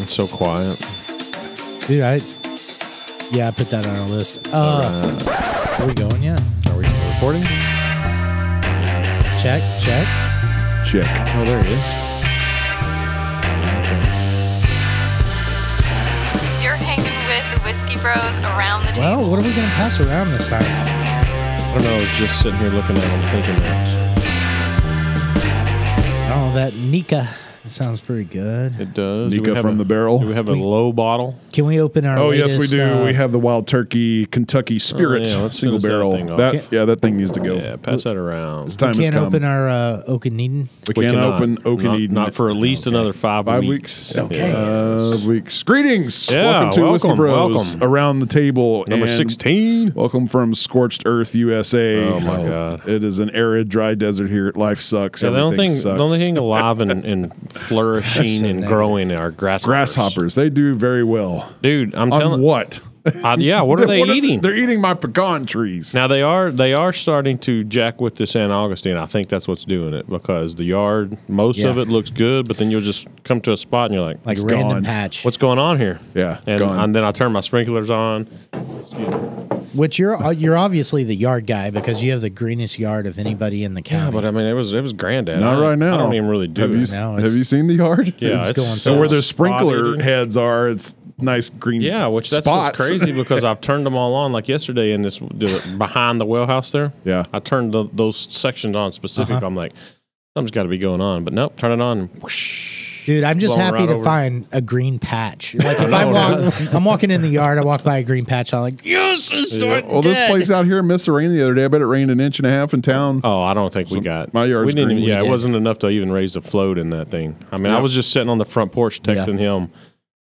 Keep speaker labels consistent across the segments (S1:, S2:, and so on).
S1: It's so quiet.
S2: Dude, I. Yeah, I put that on our list. Uh, Are we going yet?
S1: Are we recording?
S2: Check, check.
S1: Check.
S3: Oh, there it is.
S4: You're hanging with the Whiskey Bros around the table.
S2: Well, what are we going to pass around this time?
S1: I don't know. I was just sitting here looking at them, thinking that
S2: I don't know, Oh, that Nika it sounds pretty good.
S1: it does. Do we
S5: Nika
S1: have
S5: from
S1: a-
S5: the barrel.
S1: Do we have a low bottle?
S2: Can we open our
S5: Oh yes, we
S2: latest,
S5: do.
S2: uh,
S5: we have the Wild Turkey Kentucky
S1: Oh,
S5: Spirit
S1: yeah, let's
S5: single
S1: finish that
S5: barrel.
S1: thing off.
S5: That yeah, that thing needs to go.
S1: Yeah, pass that around.
S5: Oh. It's time
S2: we
S5: has
S2: can't
S5: come.
S2: open our uh, Okanagan.
S5: we can't
S1: cannot.
S5: open Oak
S1: Not-
S5: and Eden.
S1: Not for at least another five,
S5: five
S1: weeks.
S5: weeks.
S2: Okay.
S5: Five weeks. Greetings.
S1: Yeah,
S5: welcome to Whiskey
S1: welcome,
S5: Bros.
S1: welcome.
S5: Around the table.
S1: Number
S5: and
S1: 16.
S5: Welcome from Scorched Earth, USA.
S1: Oh, my God.
S5: It is an arid, dry desert here. Life sucks.
S1: Yeah, the
S5: Everything
S1: only thing,
S5: sucks.
S1: the only thing alive and, and flourishing
S2: So
S1: and
S2: negative.
S1: growing are grasshoppers.
S5: Grasshoppers. They do very well.
S1: dude. I'm
S5: On
S1: telling.
S5: what?
S1: I- yeah, what are they eating?
S5: They're eating my pecan trees.
S1: Now they are they are starting to jack with the San Augustine. I think that's what's doing it because the yard most of
S2: Yeah.
S1: it looks good, but then you'll just come to a spot and you're like,
S2: Like
S5: It's
S2: random
S5: gone.
S2: patch.
S1: "What's going on here?"
S5: Yeah, it's
S1: and,
S5: gone.
S1: and then I turn my sprinklers on.
S2: Which you're uh, you're obviously the yard guy because you have the greenest yard of anybody in the county.
S1: Yeah, but I mean, it was it was granddad. I
S5: Not
S1: don't-
S5: right now.
S1: I don't even really do
S5: have
S1: it.
S5: You,
S2: No,
S5: have
S2: it's-
S5: you seen the yard?
S1: yeah,
S2: it's going
S5: So
S2: So
S5: where their
S1: spot
S5: sprinkler
S1: eating.
S5: heads are, it's nice green.
S1: Yeah, which that's what's
S5: spots.
S1: crazy because I've turned them all on. Like yesterday in this the, behind the well house there.
S5: Yeah.
S1: I turned tho- those sections on specific. I'm like, something's got to be going on, but nope, turn it on. and whoosh.
S2: Dude, I'm just
S1: Blown
S2: happy
S1: right
S2: to
S1: over.
S2: find a green patch. Like if I walk, I'm walking in the yard, I walk by a green patch, I'm like, yes, it's doing
S5: Well, this
S2: good."
S5: place out here in missed the rain the other day. I bet it rained an inch and a half in town.
S1: Oh, I don't think we got
S5: my yard's
S1: We didn't.
S5: green.
S1: Even, yeah,
S2: We
S1: it
S2: did.
S1: wasn't enough to even raise the float in that thing. I mean, I
S5: Yeah.
S1: was just sitting on the front porch texting him,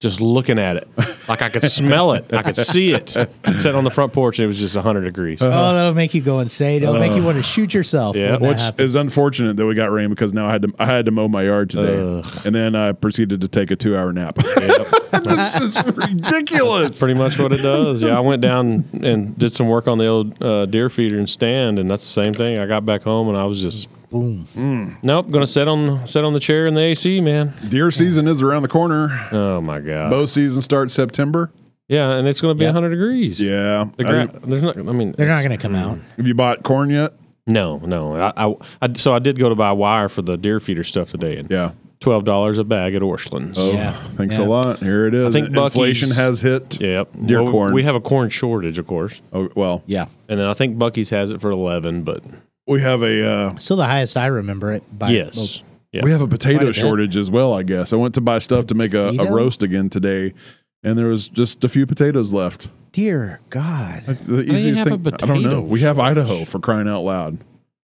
S1: just looking at it, like I could smell it, I could see it. Sitting on the front porch, and it was just hundred degrees.
S5: Uh-huh.
S2: Oh, that'll make you go insane. It'll make you want to shoot yourself.
S1: Yeah.
S2: when that
S5: Which
S2: happens.
S5: is unfortunate that we got rain because now I had to I had to mow my yard today, and then I proceeded to take a two hour nap. this is ridiculous.
S1: Pretty much what it does. Yeah, I went down and did some work on the old uh, deer feeder and stand, and that's the same thing. I got back home and I was just
S2: Boom.
S1: nope, gonna sit on sit on the chair in the AC, man.
S5: Deer season is around the corner.
S1: Oh my god.
S5: Bow season starts September.
S1: Yeah, and it's gonna be
S2: Yep.
S1: hundred degrees.
S5: Yeah,
S1: The
S5: I
S1: gra-
S5: mean,
S1: there's not. I mean,
S2: They're not going to come out.
S5: have you bought corn yet?
S1: No, no. I, I, I- so I did go to buy wire for the deer feeder stuff today, and
S5: Yeah,
S1: twelve dollars a bag at Orschland's.
S5: Oh,
S2: Yeah.
S5: Thanks
S2: Yeah.
S5: a lot. Here it is.
S1: I think Buc-ee's-
S5: Inflation has hit.
S1: Yep.
S5: Deer
S1: Well,
S5: corn.
S1: We have a corn shortage, of course,
S5: Oh, well,
S2: Yeah.
S1: and then I think Bucky's has it for eleven. But
S5: we have a uh,
S2: Still the highest I remember it by
S1: yes, yeah.
S5: We have a
S2: Quite a
S5: potato
S2: bit.
S5: shortage as well, I guess. I went to buy stuff to make a, a
S2: Potato?
S5: roast again today, and there was just a few potatoes left. Uh,
S2: Dear God.
S5: The
S1: you
S5: easiest
S1: have a
S5: thing. I don't know.
S1: potato
S5: We have Idaho for crying out loud.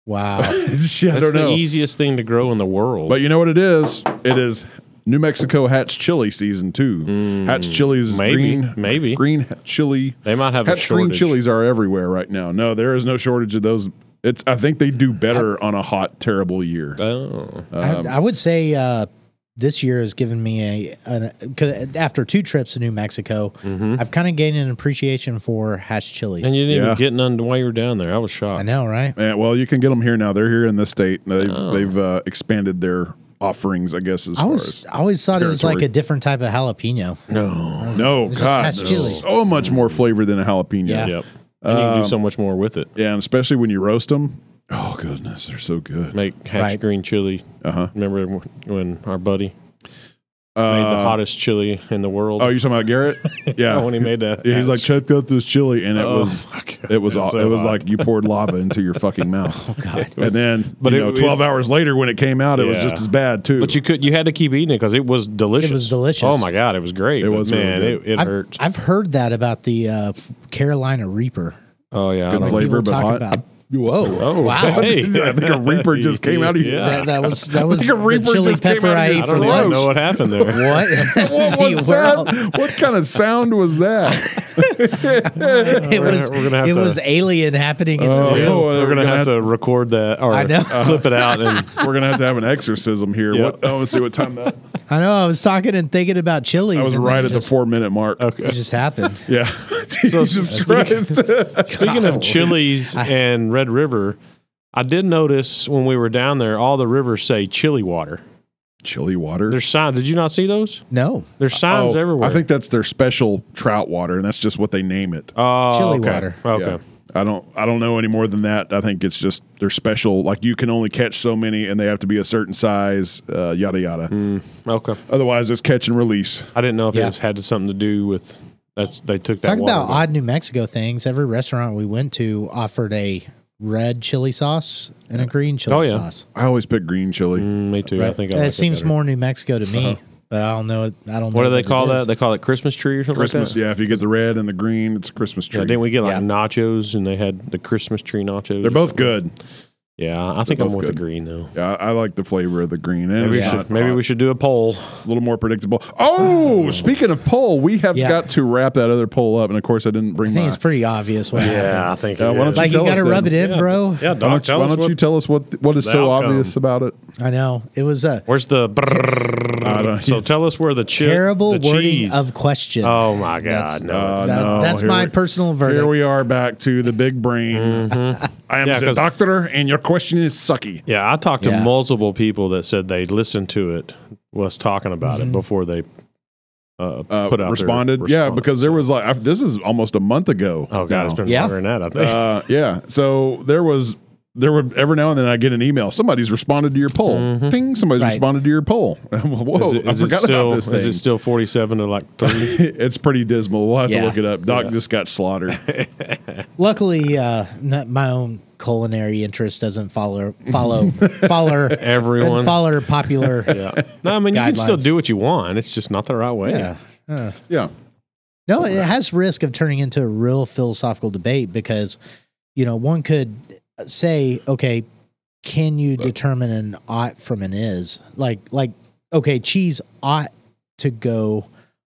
S2: Wow.
S5: Shit, I
S1: that's
S5: don't
S1: the
S5: know.
S1: easiest thing to grow in the world.
S5: But you know what it is? It is New Mexico Hatch chili season too. Hatch chilies,
S1: Mm, maybe,
S5: green,
S1: maybe.
S5: green chili.
S1: they might have a
S5: Hatch green
S1: shortage.
S5: chilies are everywhere right now. No, there is no shortage of those. It's. I think they do better on a hot, terrible year.
S1: Oh,
S2: I, I would say uh, this year has given me a, an, uh, cause after two trips to New Mexico, I've kind of gained an appreciation for hash chilies.
S1: and you didn't
S5: Yeah.
S1: even get none while you were down there. I was
S2: I
S1: shocked.
S2: know, right?
S5: Yeah, Eh, well, you can get them here now. They're here in this state. They've
S1: Oh.
S5: they've uh, expanded their offerings, I guess. As
S2: I
S5: far
S2: always,
S5: as
S2: I always thought it was like
S5: territory.
S2: a different type of jalapeno. Oh,
S1: No.
S5: no,
S2: just
S5: God,
S2: has
S5: there's
S2: chili.
S5: so much more flavor than a jalapeno.
S2: Yeah.
S1: Yep. And you
S5: Um,
S1: can do so much more with it.
S5: Yeah, and especially when you roast them. Oh goodness, they're so good.
S1: Make hatch
S2: Right.
S1: green chili.
S5: Uh huh.
S1: Remember when our buddy made the
S5: Uh,
S1: hottest chili in the world?
S5: oh, you're talking about Garrett? Yeah.
S1: when he made that.
S5: Yeah, he's like,
S1: hatch.
S5: check out this chili, and it
S1: Oh,
S5: was
S1: my God.
S5: it was
S1: It's
S5: aw-
S1: so
S5: it was
S1: hot. Oh,
S5: like you poured lava into your fucking mouth.
S2: God.
S5: and then,
S1: but
S5: you
S1: it-
S5: know,
S1: it-
S5: twelve hours later when it came out, it was
S1: Yeah.
S5: just as bad too.
S1: But you could, you had to keep eating it because it was delicious.
S2: It was delicious.
S1: Oh my god, it was great.
S5: It
S1: But
S5: was really
S1: man,
S5: good.
S1: it, it
S2: I've,
S1: hurt.
S2: I've heard that about the uh, Carolina Reaper.
S1: oh yeah, I
S5: Good
S1: don't-
S2: People
S5: flavor, but
S2: talk
S5: hot.
S2: about. Whoa! Wow!
S1: hey.
S5: I think a reaper just came out of you.
S1: Yeah.
S2: That, that was that was
S5: Like a
S2: the
S5: Reaper
S2: chili
S5: just came
S2: pepper
S5: out of
S2: I
S5: your
S2: ate
S1: I
S2: for
S1: don't even
S5: Gross.
S2: lunch.
S1: know what happened there.
S2: What?
S5: What was
S2: Well,
S5: that? What kind of sound was that?
S2: It
S1: gonna-
S2: was
S1: we're gonna have
S2: it
S1: to-
S2: was alien happening in the
S5: Oh,
S1: Yeah,
S2: room.
S5: no,
S1: we're gonna have to record that or
S2: I know.
S1: clip it out and
S5: We're gonna have to have an exorcism here.
S1: Yep.
S5: What? I want to see what time that.
S2: I know. I was talking and thinking about chilies.
S5: I was
S2: and then
S5: right
S2: it
S5: at the
S2: just,
S5: four minute mark.
S2: It just happened.
S5: Yeah. Jesus Christ.
S1: Speaking of chilies and Red River, I did notice when we were down there, all the rivers say chili water.
S5: Chili water.
S1: There's signs. Did you not see those?
S2: No,
S1: There's signs
S5: Oh,
S1: everywhere.
S5: I think that's their special trout water, and that's just what they name it.
S1: Oh,
S2: Chili
S1: okay.
S2: water.
S1: Okay.
S5: Yeah. I don't I don't know any more than that. I think it's just they're special. Like you can only catch so many, and they have to be a certain size. Uh, yada yada.
S1: Mm. Okay.
S5: Otherwise, it's catch and release.
S1: I didn't know if it
S2: Yeah.
S1: was had something to do with that's they took that.
S2: talk
S1: water,
S2: about
S1: but-
S2: odd New Mexico things. Every restaurant we went to offered a red chili sauce and a green chili
S1: Oh, yeah.
S2: sauce.
S5: I always pick green chili.
S1: Mm, me too. I
S2: Right?
S1: think I
S2: it
S1: like
S2: seems
S1: better. Uh-huh.
S2: more New Mexico to me, but I don't know. It, I don't.
S1: What
S2: know
S1: do they
S2: it
S1: call
S2: is.
S1: that? They call it Christmas tree or something.
S5: Christmas,
S1: Like that?
S5: yeah. If you get the red and the green, it's a Christmas tree.
S1: Yeah, didn't we get like
S2: Yeah.
S1: nachos and they had the Christmas tree nachos?
S5: They're both good.
S1: Yeah, I think I'm
S5: both
S1: with
S5: good.
S1: the green though.
S5: Yeah, I, I like the flavor of the green. And
S1: Maybe,
S5: it's
S1: we,
S5: not
S1: should, maybe
S5: hot.
S1: we should do a poll.
S5: It's a little more predictable. Oh, speaking of poll, we have
S2: Yeah.
S5: got to wrap that other poll up. And of course, I didn't bring
S2: I think
S5: my.
S2: it's pretty obvious what happened.
S1: I think.
S5: Yeah, why don't
S2: Like you
S5: Tell us
S2: got to
S5: then.
S2: rub it in,
S1: Yeah.
S2: bro.
S1: Yeah,
S5: why
S1: Doc,
S5: don't,
S1: tell
S5: why
S1: us
S5: don't
S1: what-
S5: you tell us what what is
S1: the
S5: so
S1: outcome.
S5: obvious about it?
S2: I know it was a
S1: Where's the?
S5: I don't-
S1: so tell us where the chi-
S2: terrible
S1: the
S2: wording
S1: cheese-
S2: of question.
S1: Oh my God!
S2: That's-
S1: No,
S5: Uh,
S1: it's-
S2: That-
S5: no,
S2: that's
S5: here
S2: my
S5: we-
S2: personal verdict.
S5: Here we are back to the big brain. I am
S1: Mm. Yeah,
S5: the
S1: 'cause-
S5: doctor, and your question is sucky.
S1: Mm-hmm. Yeah, I talked to
S2: Yeah.
S1: multiple people that said they listened to it, was talking about
S2: Mm-hmm.
S1: it before they uh,
S5: Uh,
S1: put out
S5: responded,
S1: Their
S5: yeah,
S1: response.
S5: because there was like I, this is almost a month ago.
S1: oh god,
S5: now.
S1: it's been
S2: Yeah.
S1: longer than that. I think.
S5: uh, yeah. So there was there were every now and then I get an email. Somebody's responded to your poll. Ping. Somebody's
S2: Right.
S5: responded to your poll. Whoa!
S1: Mm-hmm.
S2: Oh,
S1: is it, is
S5: I
S1: it
S5: forgot
S1: still
S5: about this
S1: is
S5: thing.
S1: it still forty seven to like three?
S5: it's pretty dismal. We'll have to
S2: Yeah.
S5: look it up. Doc just got slaughtered.
S2: Luckily, uh, not my own culinary interest doesn't follow follow follow
S1: Everyone.
S2: follow popular.
S1: yeah. No, I mean you can still
S2: Guidelines.
S1: do what you want. It's just not the right way.
S2: yeah. Uh,
S5: yeah.
S2: No, it has risk of turning into a real philosophical debate because, you know, one could say, okay, can you determine an ought from an is? Like, like, okay, cheese ought to go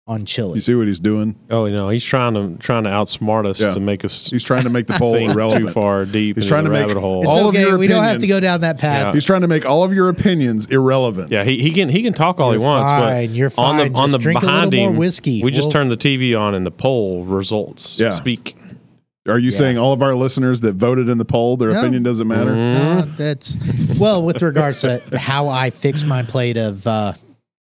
S2: on
S5: You
S2: chili.
S5: see what he's doing?
S1: Oh no, he's trying to trying to outsmart us
S5: Yeah.
S1: to make us
S5: He's trying to make the poll
S1: think too
S5: irrelevant.
S1: far deep
S5: He's
S1: into
S5: trying
S1: the
S5: to make-
S1: rabbit hole.
S2: It's
S5: All of
S2: okay.
S5: your
S2: we don't have to
S5: opinions.
S2: go down that path.
S5: He's trying to make all of your opinions irrelevant.
S1: yeah, he, he can he can talk all he
S2: You're
S1: wants,
S2: fine,
S1: but
S2: you're
S1: on
S2: fine.
S1: the on
S2: Just
S1: the
S2: drink a little
S1: behind
S2: more
S1: him,
S2: whiskey.
S1: We just
S2: We'll-
S1: turn the TV on and the poll results
S5: Yeah.
S1: speak.
S5: Are you saying all of our listeners that voted in the poll, their
S2: No.
S5: opinion doesn't matter?
S1: Mm-hmm.
S2: Uh,
S1: Hmm?
S2: that's well, with regards to how I fix my plate of uh,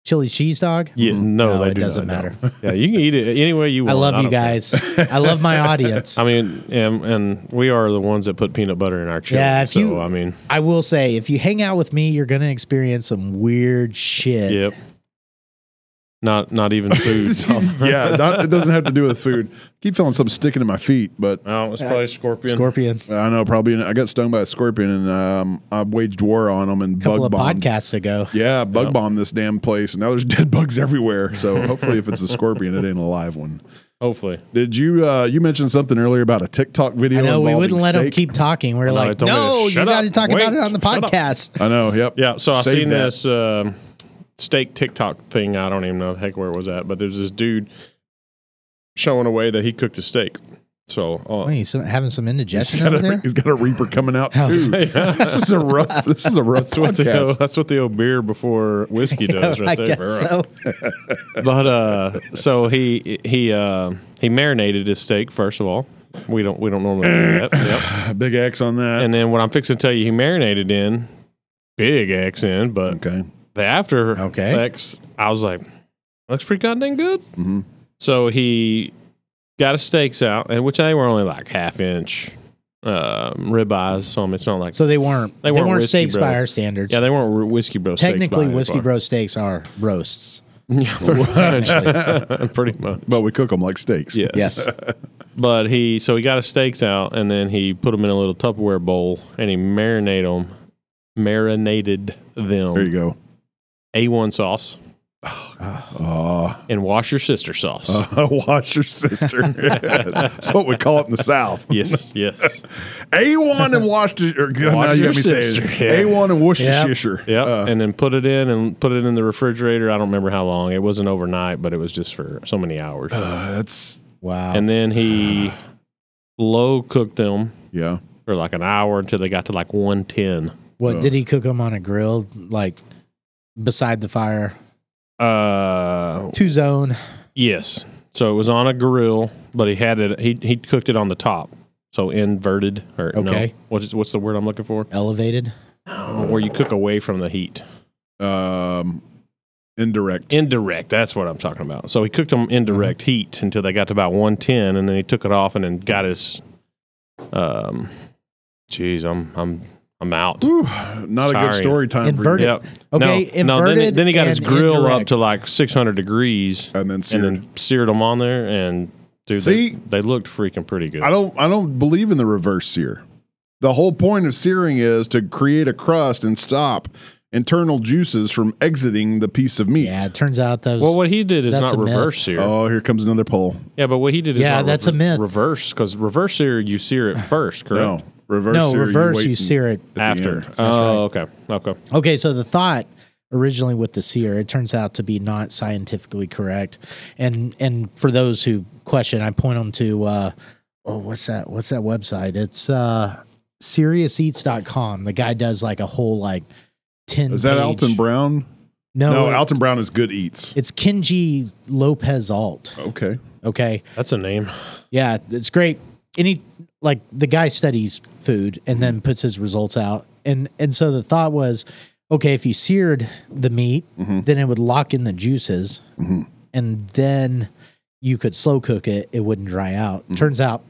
S2: chili cheese dog.
S1: Yeah, no,
S2: Mm-hmm. No,
S1: they
S2: it
S1: do
S2: doesn't
S1: not, no.
S2: matter.
S1: Yeah, you can eat it any way you
S2: I
S1: want.
S2: love you
S1: don't care.
S2: guys. I love my audience.
S1: I mean, and, and we are the ones that put peanut butter in our chili.
S2: Yeah, if
S1: so
S2: you-
S1: I mean,
S2: I will say, if you hang out with me, you're gonna experience some weird shit.
S1: yep. Not not even food.
S5: yeah, not, it doesn't have to do with food. keep feeling something sticking in my feet, but
S1: Oh, it's probably scorpion.
S2: Scorpion.
S5: I know probably I got stung by a scorpion and um, I waged war on them and
S2: A couple
S5: bug
S2: of
S5: bombed.
S2: podcasts ago.
S5: Yeah, bug bombed this damn place, and now there's dead bugs everywhere. So hopefully, if it's a scorpion, it ain't a live one.
S1: Hopefully,
S5: Did you uh, you mentioned something earlier about a TikTok video?
S2: I know we
S5: involving
S2: wouldn't let them
S5: steak?
S2: keep talking. We're
S1: No, they
S2: like,
S1: told me to
S2: no, you
S1: shut
S2: got to
S1: up,
S2: talk about
S1: wait,
S2: it on the
S1: shut up."
S2: podcast.
S5: I know. Yep.
S1: yeah. So I
S5: Save
S1: seen
S5: that.
S1: this um steak TikTok thing. I don't even know the heck where it was at, but there's this dude showing away that he cooked a steak. So uh,
S2: Wait, some, having some
S5: He's
S2: indigestion
S5: got,
S2: over
S5: a,
S2: there.
S5: he's got a reaper coming out
S2: Oh.
S5: too. This is a rough. This is a rough
S1: that's what the
S5: podcast.
S1: old, that's what the old beer before whiskey does,
S2: I
S1: right there.
S2: guess so.
S1: but uh, so he he uh, he marinated his steak first of all. We don't we don't normally do that. Yep.
S5: Uh, Big X on that.
S1: And then what I'm fixing to tell you, he marinated in big X in, but
S5: okay.
S1: the after
S2: Okay.
S1: effects, I was like, looks pretty goddamn good.
S5: mm-hmm.
S1: So he got his steaks out, and which they were only like half inch um, ribeyes. So I mean, it's not like
S2: So they weren't.
S1: They
S2: They
S1: weren't
S2: weren't,
S1: whiskey
S2: steaks by
S1: bro.
S2: our standards.
S1: yeah, they weren't whiskey bro. steaks
S2: Technically,
S1: by any
S2: whiskey
S1: far.
S2: bro steaks are roasts.
S1: Yeah, pretty, pretty much.
S5: But we cook them like steaks.
S1: Yes.
S2: Yes.
S1: But he so he got his steaks out and then he put them in a little Tupperware bowl and he marinated them, marinated
S5: There you
S1: them
S5: go.
S1: A1 sauce
S5: Uh,
S1: and wash your sister sauce.
S2: Oh.
S5: wash your sister. That's what we call it in the South.
S1: Yes, yes.
S5: A1 and washed or God, now
S1: Wash
S5: you
S1: your
S5: got me saying
S1: sister,
S5: it.
S1: yeah.
S5: A1 and
S2: Yep.
S5: Worcestershire.
S1: Yeah,
S5: Uh,
S1: and then put it in and put it in the refrigerator. I don't remember how long. It wasn't overnight, but it was just for so many hours.
S5: uh, that's
S2: Wow.
S1: and then he low cooked them
S5: yeah.
S1: for like an hour until they got to like 110.
S2: what
S5: uh,
S2: did he cook them on a grill, like beside the fire,
S1: Uh,
S2: two zone?
S1: Yes. So it was on a grill, but he had it. He he cooked it on the top. So inverted or no?
S2: Okay.
S1: What's what's the word I'm looking for?
S2: elevated.
S1: Where you cook away from the heat.
S5: Uh, um, indirect.
S1: Indirect. That's what I'm talking about. So he cooked them indirect
S2: Mm-hmm.
S1: heat until they got to about 110, and then he took it off and then got his. Um, jeez, I'm I'm I'm out.
S5: Whew, not a
S1: Sorry.
S5: good story time for you.
S2: Inverted.
S1: Yep.
S2: Okay,
S1: no, no, then, he-
S2: inverted
S1: then he got his
S2: and
S1: grill up
S2: indirect.
S1: to like 600 degrees,
S5: And then, seared.
S1: and then seared them on there, and dude,
S5: See?
S1: they, they looked freaking pretty good.
S5: I don't I don't believe in the reverse sear. The whole point of searing is to create a crust and stop internal juices from exiting the piece of meat.
S2: Yeah, it turns out those.
S1: Well, what he did is
S2: That's
S1: not
S2: a myth.
S1: reverse sear.
S5: Oh, here comes another poll.
S1: Yeah, but what he did is
S2: Yeah,
S1: not
S2: that's
S1: rever-
S2: a myth.
S1: Reverse because reverse sear you sear it first, correct?
S5: No, reverse.
S2: no,
S5: sear,
S2: reverse.
S5: wait
S2: You,
S5: and-
S2: sear it.
S5: at the
S1: After.
S5: end.
S1: Oh, okay, okay.
S2: Okay, so the thought originally with the sear, it turns out to be not scientifically correct, and and for those who question, I point them to uh, oh, what's that? What's that website? It's uh, SeriousEats.com. The guy does like a whole like ten.
S5: Is that
S2: page-
S5: Alton Brown?
S2: No,
S5: No,
S2: it-
S5: Alton Brown is good eats.
S2: It's Kenji Lopez Alt.
S5: Okay.
S2: Okay,
S1: That's a name.
S2: Yeah, it's great. Any like the guy studies food and then puts his results out, and and so the thought was, okay, if you seared the meat, then it would lock in the juices, and then you could slow cook it; it wouldn't dry out. Turns out,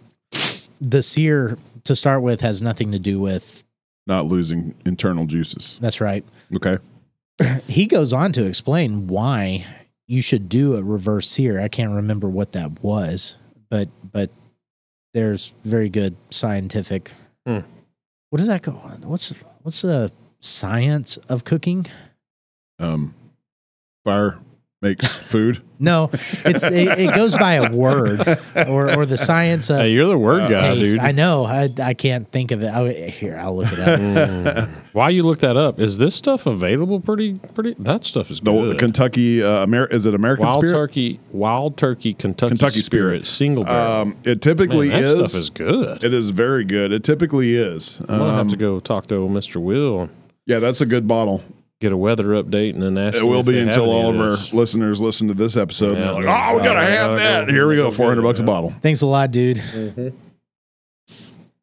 S2: the sear to start with has nothing to do with.
S5: Not losing internal juices.
S2: That's right.
S5: Okay.
S2: He goes on to explain why you should do a reverse sear. I can't remember what that was, but but there's very good scientific.
S1: Hmm.
S2: What does that go on? What's what's the science of cooking?
S5: Um fire makes food.
S2: No, it's it, it goes by a word or or the science of
S1: Hey, you're the word guy,
S2: Uh, taste.
S1: dude.
S2: I know. I I can't think of it. I, here, I'll look it up.
S1: Why you look that up? Is this stuff available? Pretty, pretty. That stuff is
S5: The
S1: good.
S5: Kentucky uh, Amer- is it American
S1: wild
S5: spirit?
S1: turkey, wild turkey, Kentucky,
S5: Kentucky
S1: spirit,
S5: Spirit.
S1: single barrel.
S5: Um it
S1: Man,
S5: typically
S1: that
S5: is,
S1: stuff is good.
S5: it is very good. It typically is.
S1: I'm gonna have
S5: Um,
S1: to go talk to old Mr. Will and
S5: yeah, that's a good bottle.
S1: get a weather update and then ask.
S5: It
S1: him
S5: will
S1: if
S5: be
S1: they have
S5: until
S1: any
S5: all of our
S1: this.
S5: listeners listen to this episode. and
S1: Yeah,
S5: they're like,
S1: they're-
S5: oh, we gotta
S1: oh,
S5: have
S1: yeah,
S5: that.
S1: go-
S5: Here we
S1: go
S5: go,
S1: get
S5: four hundred
S1: it,
S5: bucks a
S1: yeah.
S5: bottle.
S2: Thanks a lot, dude.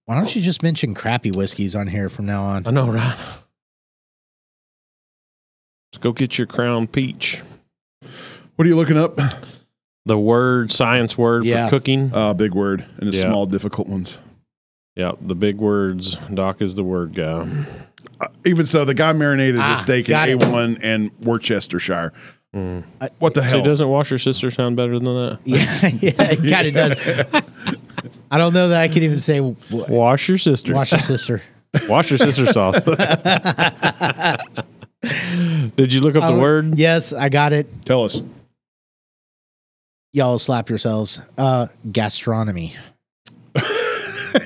S2: Why don't you just mention crappy whiskeys on here from now on?
S1: I know, right? Let's go get your crown peach.
S5: What are you looking up?
S1: The word science word
S2: Yeah.
S1: for cooking.
S5: Uh, big word and it's
S1: Yeah.
S5: small, difficult ones.
S1: yeah, the big words. Doc is the word guy.
S5: Uh, even so, the guy marinated
S2: Ah,
S5: his steak in
S2: got
S5: A
S2: it.
S5: one and Worcestershire. Uh,
S1: Mm.
S5: What the
S1: So
S5: hell?
S1: doesn't wash your sister sound better than that?
S2: Yeah, yeah, it kind of does. I don't know that I can even say w-
S1: Wash your sister.
S2: wash your sister.
S1: Wash your sister sauce. Did you look up the
S5: Oh,
S1: word?
S2: Uh, Yes, I got it.
S5: Tell us.
S2: Y'all slapped yourselves. Uh, gastronomy.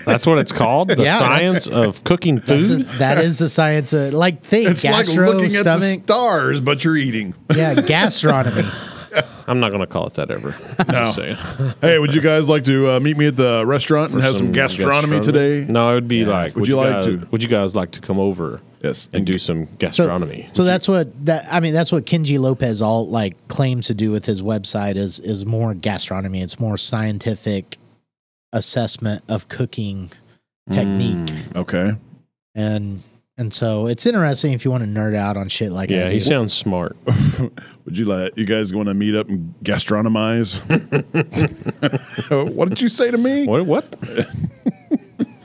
S1: That's what it's called. The
S2: Yeah, that's-
S1: science of cooking
S2: That's a,
S1: food.
S2: that is the science of like think
S5: It's
S2: gastro
S5: like looking at the
S2: stomach.
S5: stars, but you're eating.
S2: yeah, gastronomy.
S1: I'm not going to call it that ever.
S5: No.
S1: Just saying.
S5: hey, would you guys like to uh, meet me at the restaurant and have some,
S1: Some
S5: gastronomy, today?
S1: No, it would be
S5: Yeah.
S1: like.
S5: Would you like
S1: guys-
S5: to?
S1: Would you guys like to come over
S5: Yes.
S1: and do some gastronomy?
S2: So that's what that I mean. That's what Kenji Lopez all like claims to do with his website is is more gastronomy. It's more scientific assessment of cooking technique.
S5: Okay.
S2: and and so it's interesting if you want to nerd out on shit like
S1: yeah,
S2: I
S1: he
S2: do.
S1: sounds smart.
S5: Would you like you guys want to meet up and gastronomize? what did you say to me?
S1: what? What?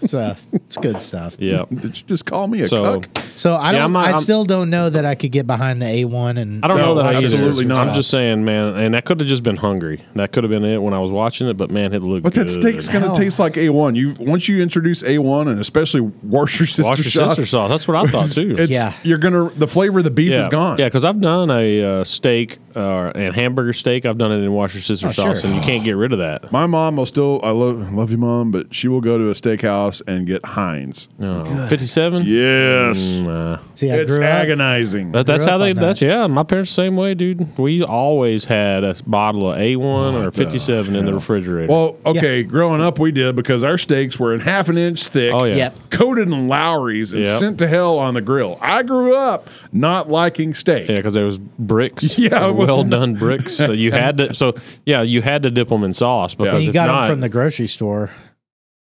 S2: It's, uh, it's good stuff.
S1: Yeah.
S5: Did you just call me a
S1: So
S5: cook?
S2: So I
S1: Yeah,
S2: don't.
S1: I'm not-
S2: I
S1: I'm-
S2: still don't know that I could get behind the A one and
S1: I don't
S5: No,
S1: know that I either.
S5: absolutely not.
S1: I'm just saying, man, and that could have just been hungry. That could have been it when I was watching it, but man, it looked.
S5: But that
S1: good.
S5: steak's gonna
S2: Hell.
S5: taste like A one. You once you introduce A one and especially Worcestershire
S1: Wash your sister
S5: sauce,
S1: sauce. That's what I thought too.
S5: it's,
S2: Yeah.
S5: you're gonna the flavor of the beef
S1: yeah,
S5: is gone.
S1: Yeah, because I've done a uh, steak uh, and hamburger steak. I've done it in Washer Sister
S2: Oh,
S1: sauce,
S2: sure.
S1: and you can't get rid of that.
S5: My mom will still I love love you, mom, but she will go to a steakhouse and get Heinz.
S2: Oh,
S1: Oh. Fifty-seven.
S5: Yes.
S2: see. I
S5: It's
S2: grew up.
S5: agonizing.
S1: That, that's
S2: Grew up
S1: how they.
S2: on that.
S1: That's yeah. My parents the same way, dude. We always had a bottle of A
S2: Oh,
S1: one or fifty seven in the refrigerator.
S5: well, okay, growing up we did because our steaks were in half an inch thick.
S1: oh yeah.
S2: Yep.
S5: Coated in Lowry's and
S1: Yeah.
S5: sent to hell on the grill. I grew up not liking steak.
S1: Yeah, because there was bricks.
S5: Yeah, it was-
S1: well done bricks. So you had to. So yeah, you had to dip them in sauce because
S2: And you
S1: if
S2: got
S1: not,
S2: them from the grocery store.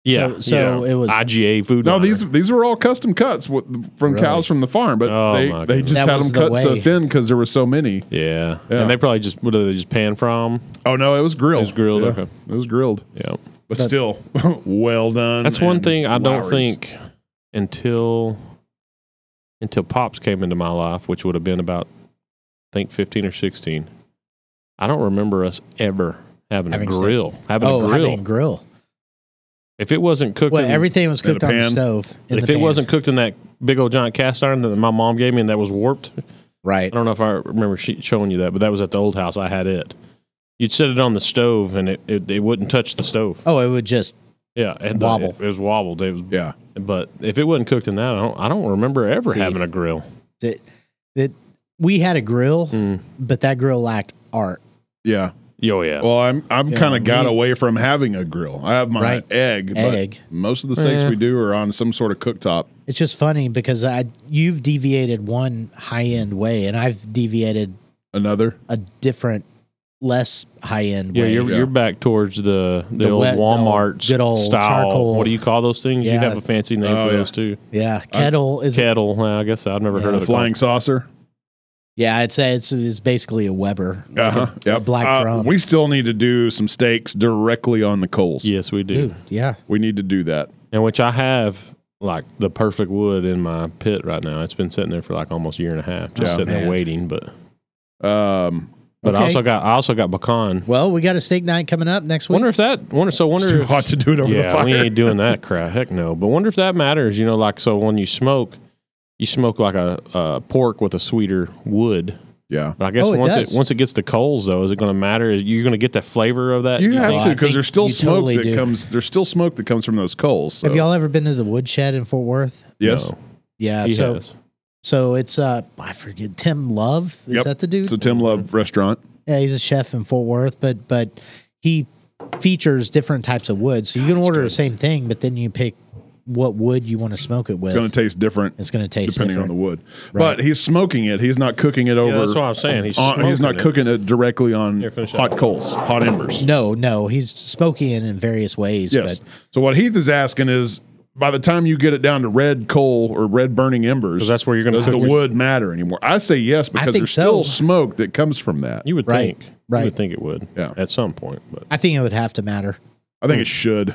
S1: Yeah.
S2: So- so
S1: yeah.
S2: it was-
S1: IGA food.
S5: No,
S1: liner.
S5: these these were all custom cuts wi- from
S2: Really?
S5: cows from the farm, but
S1: Oh, my
S5: they, they
S1: goodness.
S5: just
S2: That
S5: had
S2: was
S5: them
S2: the
S5: cut so
S2: way.
S5: thin because there were so many.
S1: Yeah.
S5: Yeah.
S1: And they probably just what do they just pan from?
S5: Oh no, it was grilled.
S1: It was grilled,
S5: Yeah,
S1: okay.
S5: It was grilled,
S1: Yeah.
S5: but, still well done.
S1: That's one
S5: and
S1: thing I don't
S5: flowers.
S1: think until until Pops came into my life, which would have been about I think fifteen or sixteen. I don't remember us ever having,
S2: Having
S1: a
S2: steak.
S1: grill. Having
S2: oh,
S1: a
S2: I
S1: grill.
S2: mean grill.
S1: if it wasn't cooked
S2: Well,
S1: in-
S2: everything was
S5: in a
S2: cooked on the
S5: pan.
S2: stove. In
S1: if
S2: the
S1: it
S2: pan.
S1: wasn't cooked in that big old giant cast iron that my mom gave me and that was warped,
S2: right,
S1: I don't know if I remember she showing you that, but that was at the old house. I had it. You'd set it on the stove and it, it, it wouldn't touch the stove.
S2: oh, it would just
S1: Yeah, and the-
S2: Wobble.
S1: it, was wobbled. It was,
S5: Yeah,
S1: But if it wasn't cooked in that, I don't, I don't remember ever
S2: See.
S1: having a grill.
S2: that that we had a grill,
S1: Mm.
S2: but that grill lacked art.
S5: yeah.
S1: Oh yeah,
S5: Well, I'm I'm
S2: Yeah,
S5: kind of got
S2: me-
S5: away from having a grill. I have my
S2: Right.
S5: egg. but
S2: Egg.
S5: most of the steaks
S1: Yeah.
S5: we do are on some sort of cooktop.
S2: It's just funny because I you've deviated one high end way, and I've deviated
S5: Another.
S2: a different, less high end
S1: yeah.
S2: way.
S1: You're,
S5: Yeah.
S1: you're back towards the the,
S2: The
S1: old
S2: wet- the old
S1: Walmart
S2: good old
S1: style.
S2: charcoal.
S1: What do you call those things?
S2: Yeah.
S1: You have a fancy name
S5: Oh,
S1: for
S5: yeah.
S1: those too.
S2: yeah, kettle is.
S1: Kettle. well, I guess I've never heard of
S2: Yeah.
S5: The
S1: it.
S5: flying saucer.
S2: yeah, I'd say it's it's basically a Weber, like a-
S5: Uh-huh.
S2: a,
S5: Yep.
S2: black
S5: Uh,
S2: drum.
S5: We still need to do some steaks directly on the coals.
S1: Yes, we do.
S2: Dude, yeah,
S5: We need to do that.
S1: And which I have like the perfect wood in my pit right now. It's been sitting there for like almost a year and a half, just
S5: Yeah.
S1: sitting
S2: Man.
S1: there waiting. But
S5: Um,
S1: but I
S2: Okay.
S1: also got I also got pecan.
S2: Well, we got a steak night coming up next week.
S1: Wonder if that wonder so
S5: it's
S1: wonder
S5: too
S1: if-
S5: hot to do it over the
S1: yeah
S5: fire.
S1: we ain't doing that crap heck no but wonder if that matters you know like so when you smoke you smoke like a, a pork with a sweeter wood
S5: yeah.
S1: but I guess
S2: Oh, it
S1: once
S2: does.
S1: it once it gets the coals though is it going to matter is you're going to get that flavor of that
S5: You
S1: you
S5: have
S1: think?
S5: to
S2: I
S5: because
S2: think
S5: there's still
S2: you
S5: smoke
S2: totally
S5: that
S2: do.
S5: comes. There's still smoke that comes from those coals. so-
S2: Have y'all ever been to the woodshed in Fort Worth?
S5: Yes.
S1: No.
S2: Yeah.
S1: He
S2: so
S1: has.
S2: so it's uh I forget Tim Love. Is
S5: Yep.
S2: that the dude?
S5: It's a Tim Love restaurant.
S2: yeah, he's a chef in Fort Worth, but but he features different types of wood. So you can order the same thing, but then you pick what wood you want to smoke it with.
S5: It's going to taste different
S2: It's gonna taste
S5: depending
S2: different.
S5: on the wood. But he's smoking it. He's not cooking it over.
S1: that's what I'm saying. He's
S5: on- he's not
S1: smoking
S5: cooking it directly on
S1: Here, finish
S5: hot coals, hot embers.
S2: no, no, he's smoking it in various ways.
S5: Yes.
S2: But
S5: So what Heath is asking is, by the time you get it down to red coal or red burning embers,
S1: 'Cause that's where you're gonna
S5: does the
S1: cook your-
S5: wood matter anymore? I say yes because
S2: think
S5: there's still
S2: so.
S5: smoke that comes from that.
S1: you would
S2: Right,
S1: think
S2: right.
S1: you would think it would
S5: Yeah.
S1: at some point but
S2: I think it would have to matter.
S5: I think it should.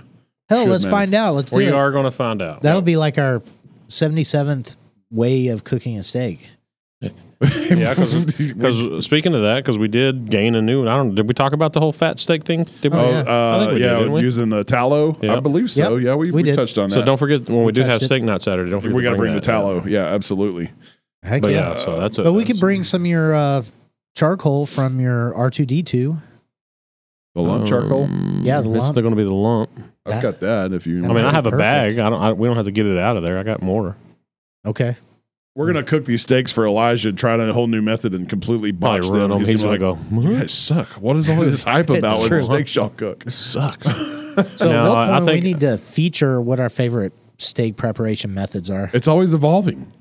S2: Hell,
S5: Should
S2: let's
S5: matter.
S2: find out. Let's do
S1: we
S2: it.
S1: are going to find out
S2: That'll be like our seventy seventh way of cooking a steak.
S1: Yeah, because uh, speaking of that, because we did gain a new. I don't. Did we talk about the whole fat steak thing? Did we?
S2: Oh,
S5: Oh,
S1: I think
S5: uh,
S1: we did,
S5: yeah,
S1: didn't we?
S5: using the tallow. I
S1: Yep.
S5: believe so.
S2: Yep.
S5: Yeah, we,
S2: We
S5: we,
S2: did.
S5: touched on that.
S1: So don't forget when we, do have
S2: touched it.
S1: steak night Saturday. Don't forget
S5: we got to bring the
S1: that up.
S5: tallow. Yeah, absolutely.
S2: Heck
S1: But
S2: yeah.
S1: yeah, so that's it.
S2: But we could bring some of your uh, charcoal from your R two D two.
S5: The lump charcoal.
S2: Yeah, the lump.
S1: Mm, It's still going to be the lump.
S5: I've
S2: Oh, that-
S5: got that. If you,
S2: I
S1: I mean, I have a
S2: Perfect.
S1: bag. I don't. I, we don't have to get it out of there. I got more.
S2: Okay.
S5: we're gonna cook these steaks for Elijah. and Try a whole new method and completely botch
S1: Probably ruin
S5: them.
S1: them. He's going to go.
S5: You
S1: "Huh?
S5: guys suck. What is all this hype about with
S2: true.
S5: steaks y'all cook?
S1: This sucks.
S2: So
S1: No,
S2: at what
S1: I- I
S2: point
S1: think-
S2: we need to feature what our favorite steak preparation methods are.
S5: It's always evolving.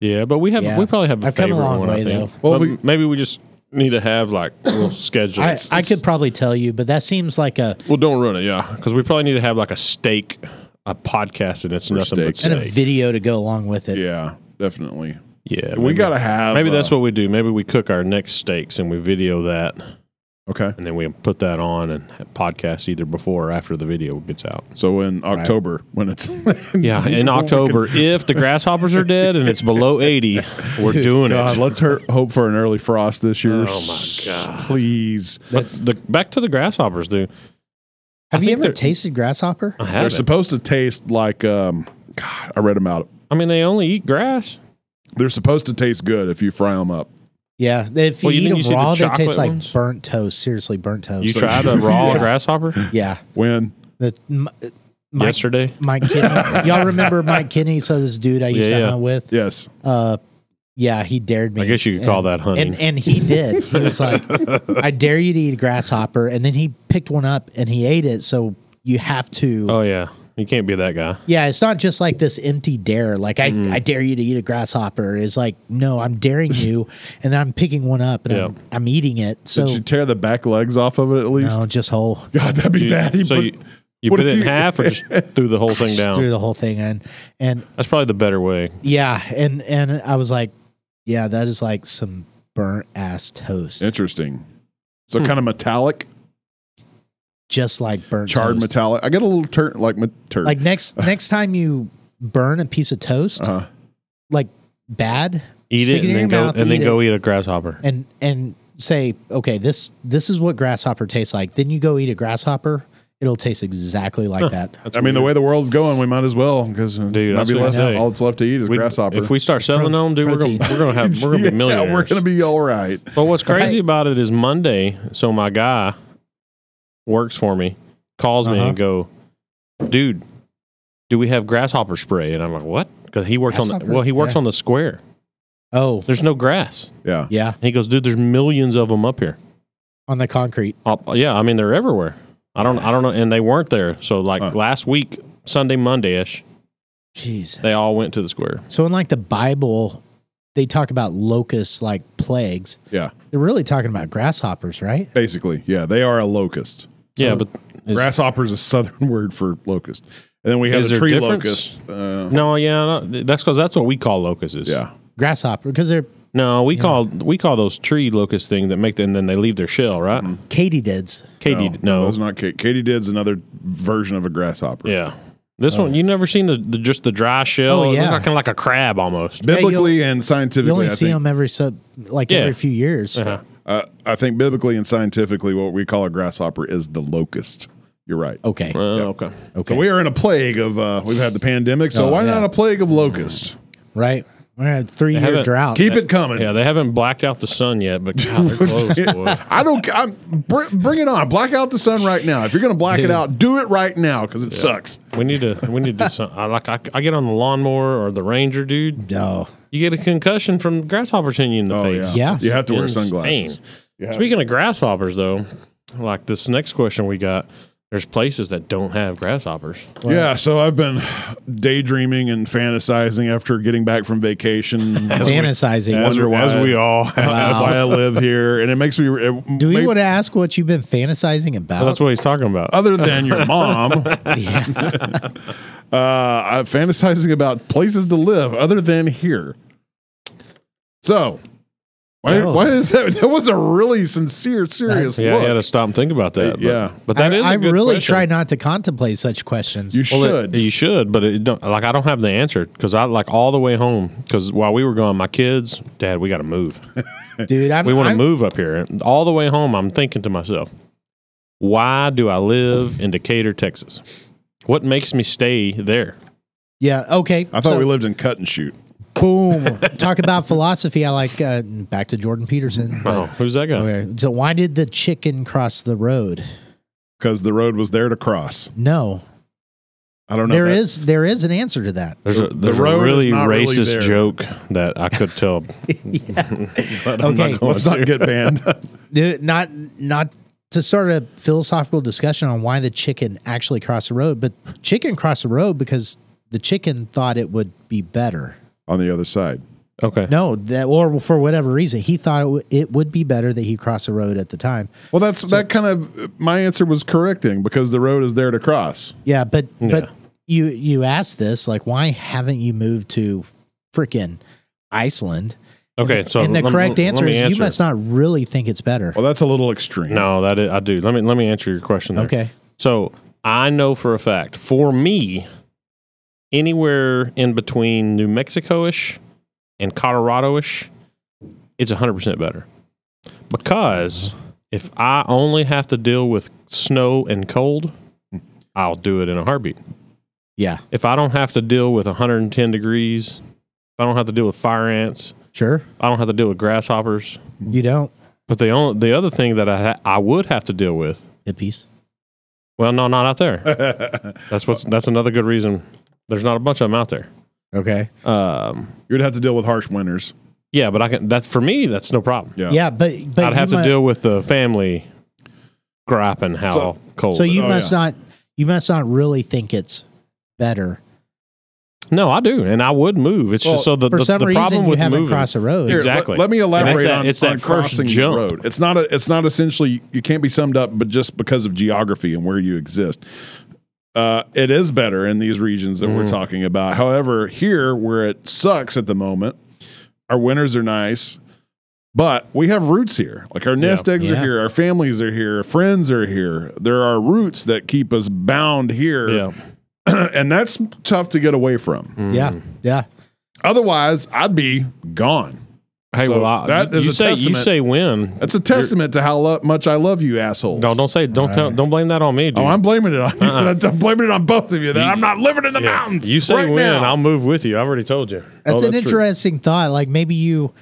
S1: yeah, but we have.
S2: Yeah.
S1: We probably have a
S2: I've come a
S1: favorite
S2: long
S1: one.
S2: way,
S1: I think.
S2: though.
S5: Well,
S1: Well,
S5: if we-
S1: maybe we just need to have like a little schedule.
S2: I, I could probably tell you, but that seems like a
S1: well, don't ruin it. Yeah, because we probably need to have like a steak, a podcast, and it's nothing but
S5: steaks.
S2: and
S1: steak.
S2: a video to go along with it.
S5: Yeah, definitely.
S1: Yeah,
S5: we
S1: maybe-
S5: gotta have.
S1: Maybe that's
S5: uh,
S1: what we do. Maybe we cook our next steaks and we video that,
S5: Okay.
S1: and then we put that on and podcast either before or after the video gets out.
S5: So in October, when it's
S1: Yeah, in October, if the grasshoppers are dead and it's below eighty, we're doing
S5: God,
S1: it.
S5: let's her- hope for an early frost this year.
S1: Oh, my God.
S5: Please.
S1: But the, back to the grasshoppers, dude.
S2: Have
S1: I
S2: you
S1: think
S2: ever
S1: they're-
S2: tasted grasshopper?
S1: I
S5: They're
S1: have.
S5: supposed to taste like. Um, God, I read about it.
S1: I mean, they only eat grass.
S5: They're supposed to taste good if you fry them up.
S2: Yeah. If you
S1: Well, you
S2: eat
S1: mean
S2: them
S1: you see the
S2: raw, they
S1: chocolate
S2: taste like
S1: ones?
S2: burnt toast. Seriously, burnt toast.
S1: You
S5: So-
S1: tried a raw
S5: Yeah.
S1: grasshopper
S2: yeah.
S5: When
S2: The, m- uh, Mike,
S1: yesterday.
S2: Mike Kinney. Y'all remember Mike Kinney? So this dude I used
S1: Yeah,
S2: to
S1: yeah.
S2: hunt with.
S5: yes,
S2: uh yeah he dared me
S1: I guess you could
S2: And-
S1: call that hunting.
S2: and and he did he was like i dare you to eat a grasshopper and then he picked one up and he ate it so you have to
S1: Oh yeah, you can't be that guy.
S2: yeah it's not just like this empty dare like i
S1: mm.
S2: i dare you to eat a grasshopper it's like no i'm daring you and then i'm picking one up and I'm,
S1: Yeah.
S2: I'm eating it so
S5: did you tear the back legs off of it at least?
S2: no just whole
S5: God, that'd be
S1: You-
S5: bad. He
S1: so
S5: put-
S1: you- You
S5: What
S1: bit
S5: do
S1: it in
S5: you-
S1: half or just threw the whole thing
S2: Just
S1: down?
S2: Threw the whole thing in, and
S1: That's probably the better way.
S2: yeah, and and I was like, yeah, that is like some burnt ass toast,
S5: Interesting. So
S1: Hmm.
S5: kind of metallic,
S2: just like burnt
S5: charred
S2: toast.
S5: metallic. I get a little turn like ma- turd.
S2: Like next next time you burn a piece of toast,
S5: uh,
S2: like bad,
S1: Eat
S2: stick
S1: it and
S2: in your
S1: then go
S2: mouth,
S1: and then
S2: eat
S1: go
S2: it,
S1: eat a grasshopper.
S2: and and say, okay, this this is what grasshopper tastes like. Then you go eat a grasshopper, it'll taste exactly like that.
S1: That's
S5: I mean, the
S1: weird.
S5: way the world's going, we might as well because might be
S1: Dude, that's what I
S5: left,
S1: say.
S5: all that's left to eat is
S1: We-
S5: grasshopper.
S1: If we start selling
S2: pro-
S1: them, dude, we're gonna,
S2: protein.
S1: we're gonna have we're gonna be millionaires.
S5: Yeah, we're gonna be all right.
S1: But what's crazy about it is Monday. So my guy works for me, calls me
S2: Uh-huh.
S1: and go, dude, do we have grasshopper spray? And I'm like, what? Because he works on the,
S2: Grasshopper?
S1: well, he works
S2: Yeah.
S1: on the square.
S2: Oh,
S1: There's no grass.
S5: Yeah,
S2: yeah,
S1: And he goes, dude, there's millions of them up here.
S2: on the concrete.
S1: Up- yeah, I mean they're everywhere. I don't, I don't know, and they weren't there. So like
S5: Huh.
S1: last week, Sunday, Monday ish,
S2: Jeez.
S1: they all went to the square.
S2: So in like the Bible, they talk about locusts like plagues.
S5: yeah.
S2: They're really talking about grasshoppers, right?
S5: Basically, yeah, they are a locust.
S1: yeah, but is-
S5: Grasshopper is a southern word for locust, and then we have
S1: Is
S5: a
S1: there
S5: tree
S1: difference?
S5: locust. Uh,
S1: no, yeah, no, that's because that's what we call locusts. is-
S5: Yeah,
S2: Grasshopper, because they're
S1: No, we call we call those tree locust things that make them, and then they leave their shell, right?
S5: Mm-hmm.
S2: katydids.
S1: Katie, no,
S5: that's not Katie. Katie did's another version of a grasshopper.
S1: yeah, this one you never seen the, the just the dry shell.
S2: Oh,
S1: It looks
S2: yeah.
S1: like, kind of like a crab almost.
S5: Biblically and
S2: You
S5: scientifically,
S2: only
S5: I
S2: see
S5: think,
S2: them every sub, like
S1: Yeah.
S2: every few years.
S1: Uh-huh.
S5: Uh, I think biblically and scientifically, what we call a grasshopper is the locust. You're right.
S2: Okay.
S1: Uh, Okay,
S2: Oh, Okay.
S5: So we are in a plague of. Uh, we've had the pandemic, so
S2: Oh,
S5: why
S2: yeah.
S5: not a plague of locusts?
S2: right. We're at three year
S1: haven't-
S2: drought.
S5: Keep it coming.
S1: yeah, they haven't blacked out the sun yet, but God, they're close, boy.
S5: I don't. ca- I'm, br- bring it on. Black out the sun right now. If you're going to black it out, do it right now because it sucks.
S1: We need to we need to do something. I like I, I get on the lawnmower or the ranger, dude.
S2: No.
S1: You get a concussion from grasshoppers hitting you in the face.
S2: Yeah.
S5: Oh, You have to wear
S1: Oh, Insane.
S5: sunglasses. Yeah.
S1: Speaking of grasshoppers, though, like this next question we got, there's places that don't have grasshoppers.
S5: Yeah. So I've been daydreaming and fantasizing after getting back from vacation. As we-
S2: Fantasizing.
S5: as, we- as we all have,
S2: Wow.
S5: why I live here, and it makes me. it
S2: Do
S5: make-
S2: you want to ask what you've been fantasizing about?
S1: That's what he's talking about.
S5: other than your mom?
S2: yeah.
S5: Uh, I'm fantasizing about places to live other than here. So, why,
S2: Oh.
S5: why is that? That was a really sincere, serious
S1: yeah,
S5: look.
S1: you had to stop and think about that. but-
S5: Yeah.
S1: but that
S2: I,
S1: is. a
S2: I
S1: good
S2: really
S1: question.
S2: try not to contemplate such questions.
S5: you
S1: Well,
S5: should.
S1: it- you should, but it don't, like I don't have the answer because I like all the way home because while we were gone, my kids, Dad, we got to move.
S2: Dude, I'm,
S1: We want to
S2: I'm-
S1: move up here. And All the way home, I'm thinking to myself, why do I live in Decatur, Texas? What makes me stay there?
S2: Yeah. Okay.
S5: I thought
S2: so-
S5: we lived in cut and shoot.
S2: Boom. Talk about philosophy. I like uh, back to Jordan Peterson.
S1: Oh,
S2: but-
S1: who's that guy?
S2: okay. So why did the chicken cross the road?
S5: because the road was there to cross.
S2: No,
S5: I don't know.
S2: there
S5: that-
S2: is there is an answer to that.
S1: There's a
S5: The
S1: there's
S5: road
S1: a
S5: is
S1: really
S5: not really
S1: racist
S5: there.
S1: joke that I could tell. but I'm
S2: Okay.
S1: not going
S5: Let's not
S1: to.
S5: get banned.
S2: Dude, Not not to start a philosophical discussion on why the chicken actually crossed the road, but chicken crossed the road because the chicken thought it would be better.
S5: On the other side.
S1: Okay.
S2: No, that or for whatever reason, he thought it, w- it would be better that he crossed the road at the time.
S5: Well, that's that kind of my answer was correcting because the road is there to cross.
S2: Yeah, but
S1: Yeah.
S2: but you you asked this like why haven't you moved to freaking Iceland?
S1: Okay. So
S2: and the
S1: lem-
S2: correct
S1: lem-
S2: answer
S1: let
S2: is
S1: me
S2: you
S1: answer. Oh,
S2: must not really think it's better.
S5: Well, that's a little extreme.
S1: No, that is, I do. Let me let me answer your question. There.
S2: Okay.
S1: So I know for a fact, for me, anywhere in between New Mexico ish and Colorado ish, it's 100% better. Because if I only have to deal with snow and cold, I'll do it in a heartbeat.
S2: Yeah.
S1: If I don't have to deal with 110 degrees, if I don't have to deal with fire ants,
S2: Sure.
S1: I don't have to deal with grasshoppers.
S2: You don't.
S1: But the only, the other thing that I ha- I would have to deal with,
S2: Hit piece.
S1: well, no, not out there. That's what's that's another good reason. There's not a bunch of them out there.
S2: Okay.
S1: Um,
S5: You'd have to deal with harsh winters.
S1: yeah, but I can. That's for me. That's no problem.
S5: Yeah.
S2: Yeah, but but
S1: I'd
S2: you
S1: have to
S2: mu-
S1: deal with the family griping how
S5: So-
S1: cold.
S2: So
S1: it
S2: you
S5: Oh,
S2: must
S5: yeah.
S2: not you must not really think it's better.
S1: is. no, I do, and I would move. It's
S5: Well,
S1: just so the,
S2: For
S1: the,
S2: some
S1: the
S2: reason
S1: problem
S2: you
S1: with
S2: haven't
S1: moving.
S2: crossed the road.
S1: Here,
S5: Here, let-
S1: Exactly.
S5: Let, me elaborate
S1: It's that-
S5: on,
S1: it's that
S5: on
S1: first
S5: crossing
S1: jump.
S5: the road. It's not a. It's not essentially. You can't be summed up, but just because of geography and where you exist. uh, it is better in these regions that
S1: Mm.
S5: we're talking about. However, here where it sucks at the moment, our winters are nice, but we have roots here. Like our nest eggs are
S2: Yeah.
S5: here, our families are here, friends are here. There are roots that keep us bound here,
S1: Yeah.
S5: and that's tough to get away from.
S1: Mm.
S2: Yeah. Yeah.
S1: Oh,
S5: Otherwise, I'd be gone.
S1: Hey,
S5: So
S1: well, I,
S5: that
S1: you,
S5: is
S1: you
S5: a
S1: say you
S5: testament.
S1: say when?
S5: That's a testament to how lo- much I love you, assholes.
S1: No, don't say don't tell, don't blame that on me, dude.
S5: Oh, I'm blaming it on you. I'm blaming it on both of you that I'm not living in the
S1: Yeah.
S5: mountains.
S1: You say
S5: right
S1: when?
S5: now.
S1: I'll move with you. I've already told you.
S2: That's,
S1: Oh,
S2: an
S1: true.
S2: interesting thought. Like maybe you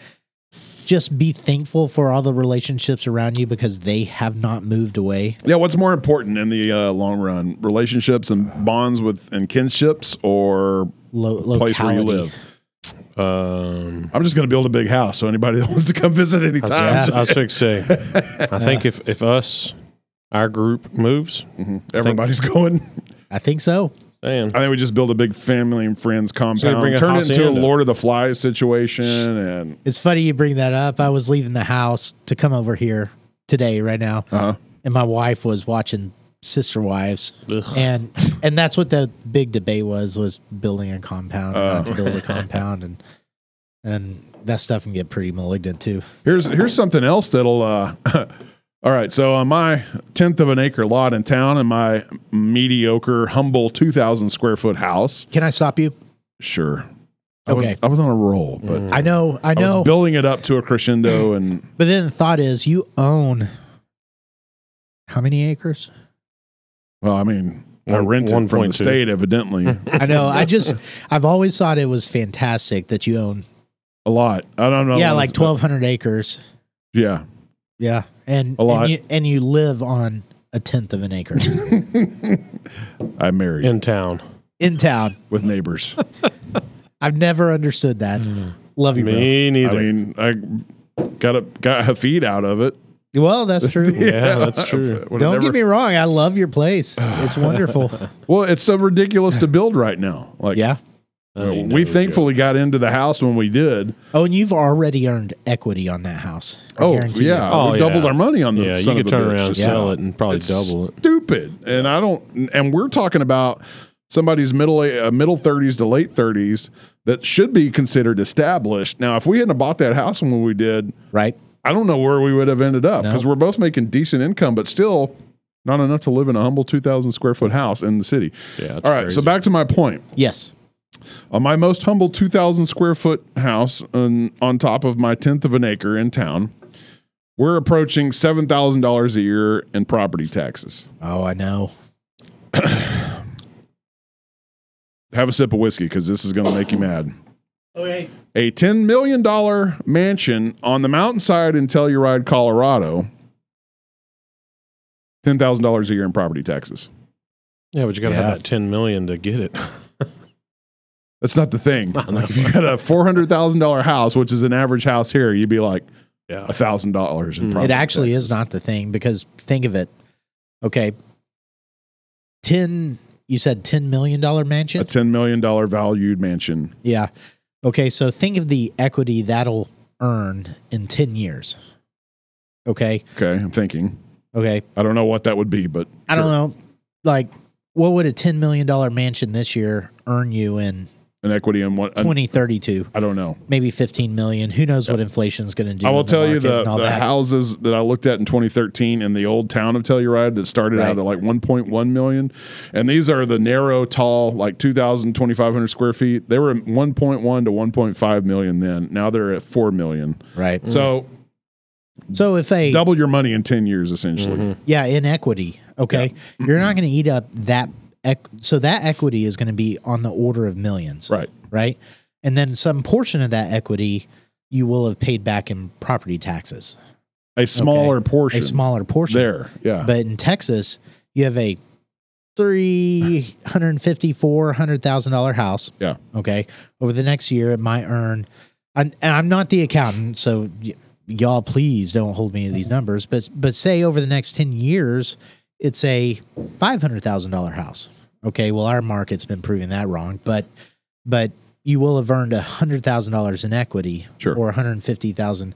S2: just be thankful for all the relationships around you because they have not moved away.
S5: Yeah, what's more important in the uh, long run, relationships and bonds with and kinships, or
S2: Lo-
S5: place where you
S2: locality.
S5: live?
S1: Um,
S5: I'm just going to build a big house, so anybody that wants to come visit
S1: I was,
S5: anytime,
S1: I was fixed to say. I think if if us our group moves,
S5: everybody's going.
S2: I think so.
S1: man,
S5: I think we just build a big family and friends
S1: bring
S5: compound,
S1: a
S5: turn it into a
S1: hacienda.
S5: Lord of the Flies situation, and
S2: It's funny you bring that up. I was leaving the house to come over here today, right now,
S5: uh-huh.
S2: and my wife was watching Sister Wives, and and that's what the big debate was: was building a compound, or not to build
S5: Oh.
S2: a compound, and and that stuff can get pretty malignant too.
S5: Here's here's something else that'll. Uh, all right, so on my tenth of an acre lot in town, in my mediocre, humble two thousand square foot house,
S2: Can I stop you?
S5: sure. I
S2: Okay.
S5: was, I was on a roll, but
S1: Mm.
S2: I know, I
S5: I
S2: know.
S5: was building it up to a crescendo, and
S2: But then the thought is, you own how many acres?
S5: well, I mean, I
S1: One-
S5: rented from the
S1: 1.2.
S5: state, evidently,
S2: I know. I just, I've always thought it was fantastic that you own,
S5: a lot. I don't know.
S2: yeah, like twelve hundred acres,
S5: Yeah,
S2: yeah, and
S5: A lot.
S2: and you, and you live on a tenth of an acre
S5: I married
S1: in town.
S2: in town.
S5: with neighbors.
S2: I've never understood that.
S5: Mm-hmm.
S2: Love you,
S1: Me
S5: I
S1: neither.
S5: mean, I got a got a feed out of it.
S2: bro. Well, that's true.
S1: yeah, that's true.
S5: Would
S2: Don't
S5: never-
S2: get me wrong. I love your place. It's wonderful.
S5: Well, it's so ridiculous to build right now. Like,
S2: yeah.
S1: I mean,
S5: we
S1: no
S5: thankfully got into the house when we did.
S2: Oh, and you've already earned equity on that house. I
S5: Oh
S2: guarantee
S5: yeah,
S2: it.
S1: Oh,
S5: we doubled
S1: yeah.
S5: our money on the
S1: Yeah,
S5: son
S1: you could
S5: of a
S1: turn
S5: bitch
S1: around, and
S5: just
S1: sell
S5: now.
S1: it, and probably
S5: It's
S1: double it.
S5: Stupid, and I don't. And we're talking about somebody's middle a- uh, middle thirties to late thirties that should be considered established. Now, if we hadn't have bought that house when we did,
S2: Right.
S5: I don't know where we would have ended up
S2: No.
S5: because we're both making decent income, but still not enough to live in a humble two thousand square foot house in the city.
S1: Yeah, that's
S5: All right.
S1: crazy.
S5: So back to my point.
S2: Yes.
S5: On Uh, my most humble 2,000 square foot house on, on top of my tenth of an acre in town, we're approaching $7,000 a year in property taxes.
S2: Oh, I know.
S5: Have a sip of whiskey because this is going to make you mad.
S2: Okay.
S5: A $10 million mansion on the mountainside in Telluride, Colorado, $10,000 a year in property taxes.
S1: Yeah, but you got to
S2: Yeah.
S1: have that ten million to get it.
S5: That's not the thing. Like if you got a $400,000 house, which is an average house here, you'd be like
S1: Yeah,
S5: $1,000 in property
S2: Hmm. It actually
S5: taxes.
S2: is not the thing because think of it. Okay. 10 you said 10 million dollar
S5: a
S2: mansion?
S5: $10 million valued mansion.
S2: yeah. Okay, so think of the equity that'll earn in 10 years. Okay.
S5: Okay, I'm thinking.
S2: Okay.
S5: I don't know what that would be, but
S2: I don't know. Like what would a 10 million dollar mansion this year earn you in
S5: An equity in what?
S2: 2032?
S5: I don't know.
S2: Maybe 15 million. Who knows what inflation's going to do?
S5: I will
S2: in the
S5: tell you
S2: market
S5: the,
S2: and all
S5: the
S2: that.
S5: houses that I looked at in 2013 in the old town of Telluride that started out
S2: Right.
S5: at like 1.1 million, and these are the narrow, tall, like 2,000, 2,500 square feet. They were at 1.1 to 1.5 million then. Now they're at 4 million.
S2: right.
S5: So
S2: So if a
S5: double your money in 10 years essentially.
S2: Yeah, inequity. Okay. You're not going to eat up that. Ec- so that equity is going to be on the order of millions.
S5: Right.
S2: Right. And then some portion of that equity you will have paid back in property taxes,
S5: A smaller portion.
S2: a smaller portion.
S5: there. Yeah.
S2: But in Texas, you have a $350,000, $400,000 house.
S5: Yeah.
S2: Okay. Over the next year, it might earn, and and I'm not the accountant, so y- y'all please don't hold me to these numbers, but, but say over the next 10 years, it's a $500,000 house. Okay. Well, our market's been proving that wrong, but, but you will have earned $100,000 in equity
S5: Sure.
S2: or 150,000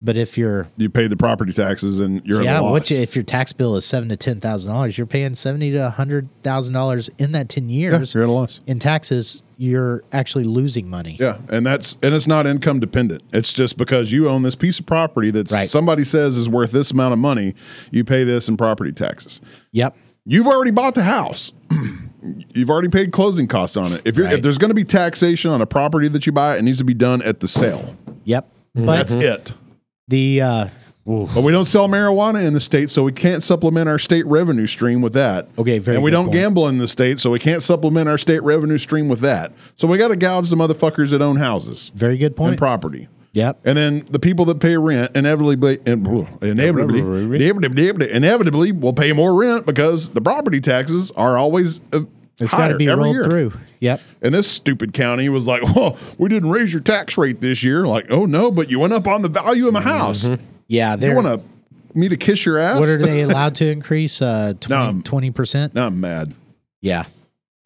S2: But if you're
S5: You pay the property taxes and you're
S2: yeah,
S5: at a loss.
S2: what you, if your tax bill is seven to ten thousand dollars, you're paying seventy to a hundred thousand dollars in that ten
S5: yeah,
S2: years
S5: you're at a loss.
S2: in taxes. You're actually losing money.
S5: Yeah, and that's and it's not income dependent. It's just because you own this piece of property that
S2: Right.
S5: somebody says is worth this amount of money, you pay this in property taxes.
S2: Yep.
S5: You've already bought the house. You've already paid closing costs on it. If you're, if
S2: Right.
S5: there's going to be taxation on a property that you buy, it needs to be done at the sale.
S2: Yep. But
S5: Mm-hmm. That's it.
S2: the uh,
S5: But we don't sell marijuana in the state, so we can't supplement our state revenue stream with that.
S2: Okay, very
S5: And we
S2: good
S5: don't
S2: point.
S5: gamble in the state, so we can't supplement our state revenue stream with that. So we got to gouge the motherfuckers that own houses
S2: very good
S5: and
S2: point.
S5: property.
S2: yep.
S5: And then the people that pay rent inevitably and inevitably, inevitably inevitably will pay more rent because the property taxes are always uh,
S2: It's got to
S5: higher
S2: be
S5: every
S2: rolled
S5: year.
S2: through. Yep.
S5: And this stupid county was like, "Well, we didn't raise your tax rate this year." Like, "Oh no, but you went up on the value
S2: Mm-hmm.
S5: of my house.
S2: Yeah. They
S5: You want to me to kiss your ass?"
S2: What are they allowed to increase? Uh,
S5: No, I'm-
S2: 20 percent.
S5: Now I'm mad.
S2: Yeah.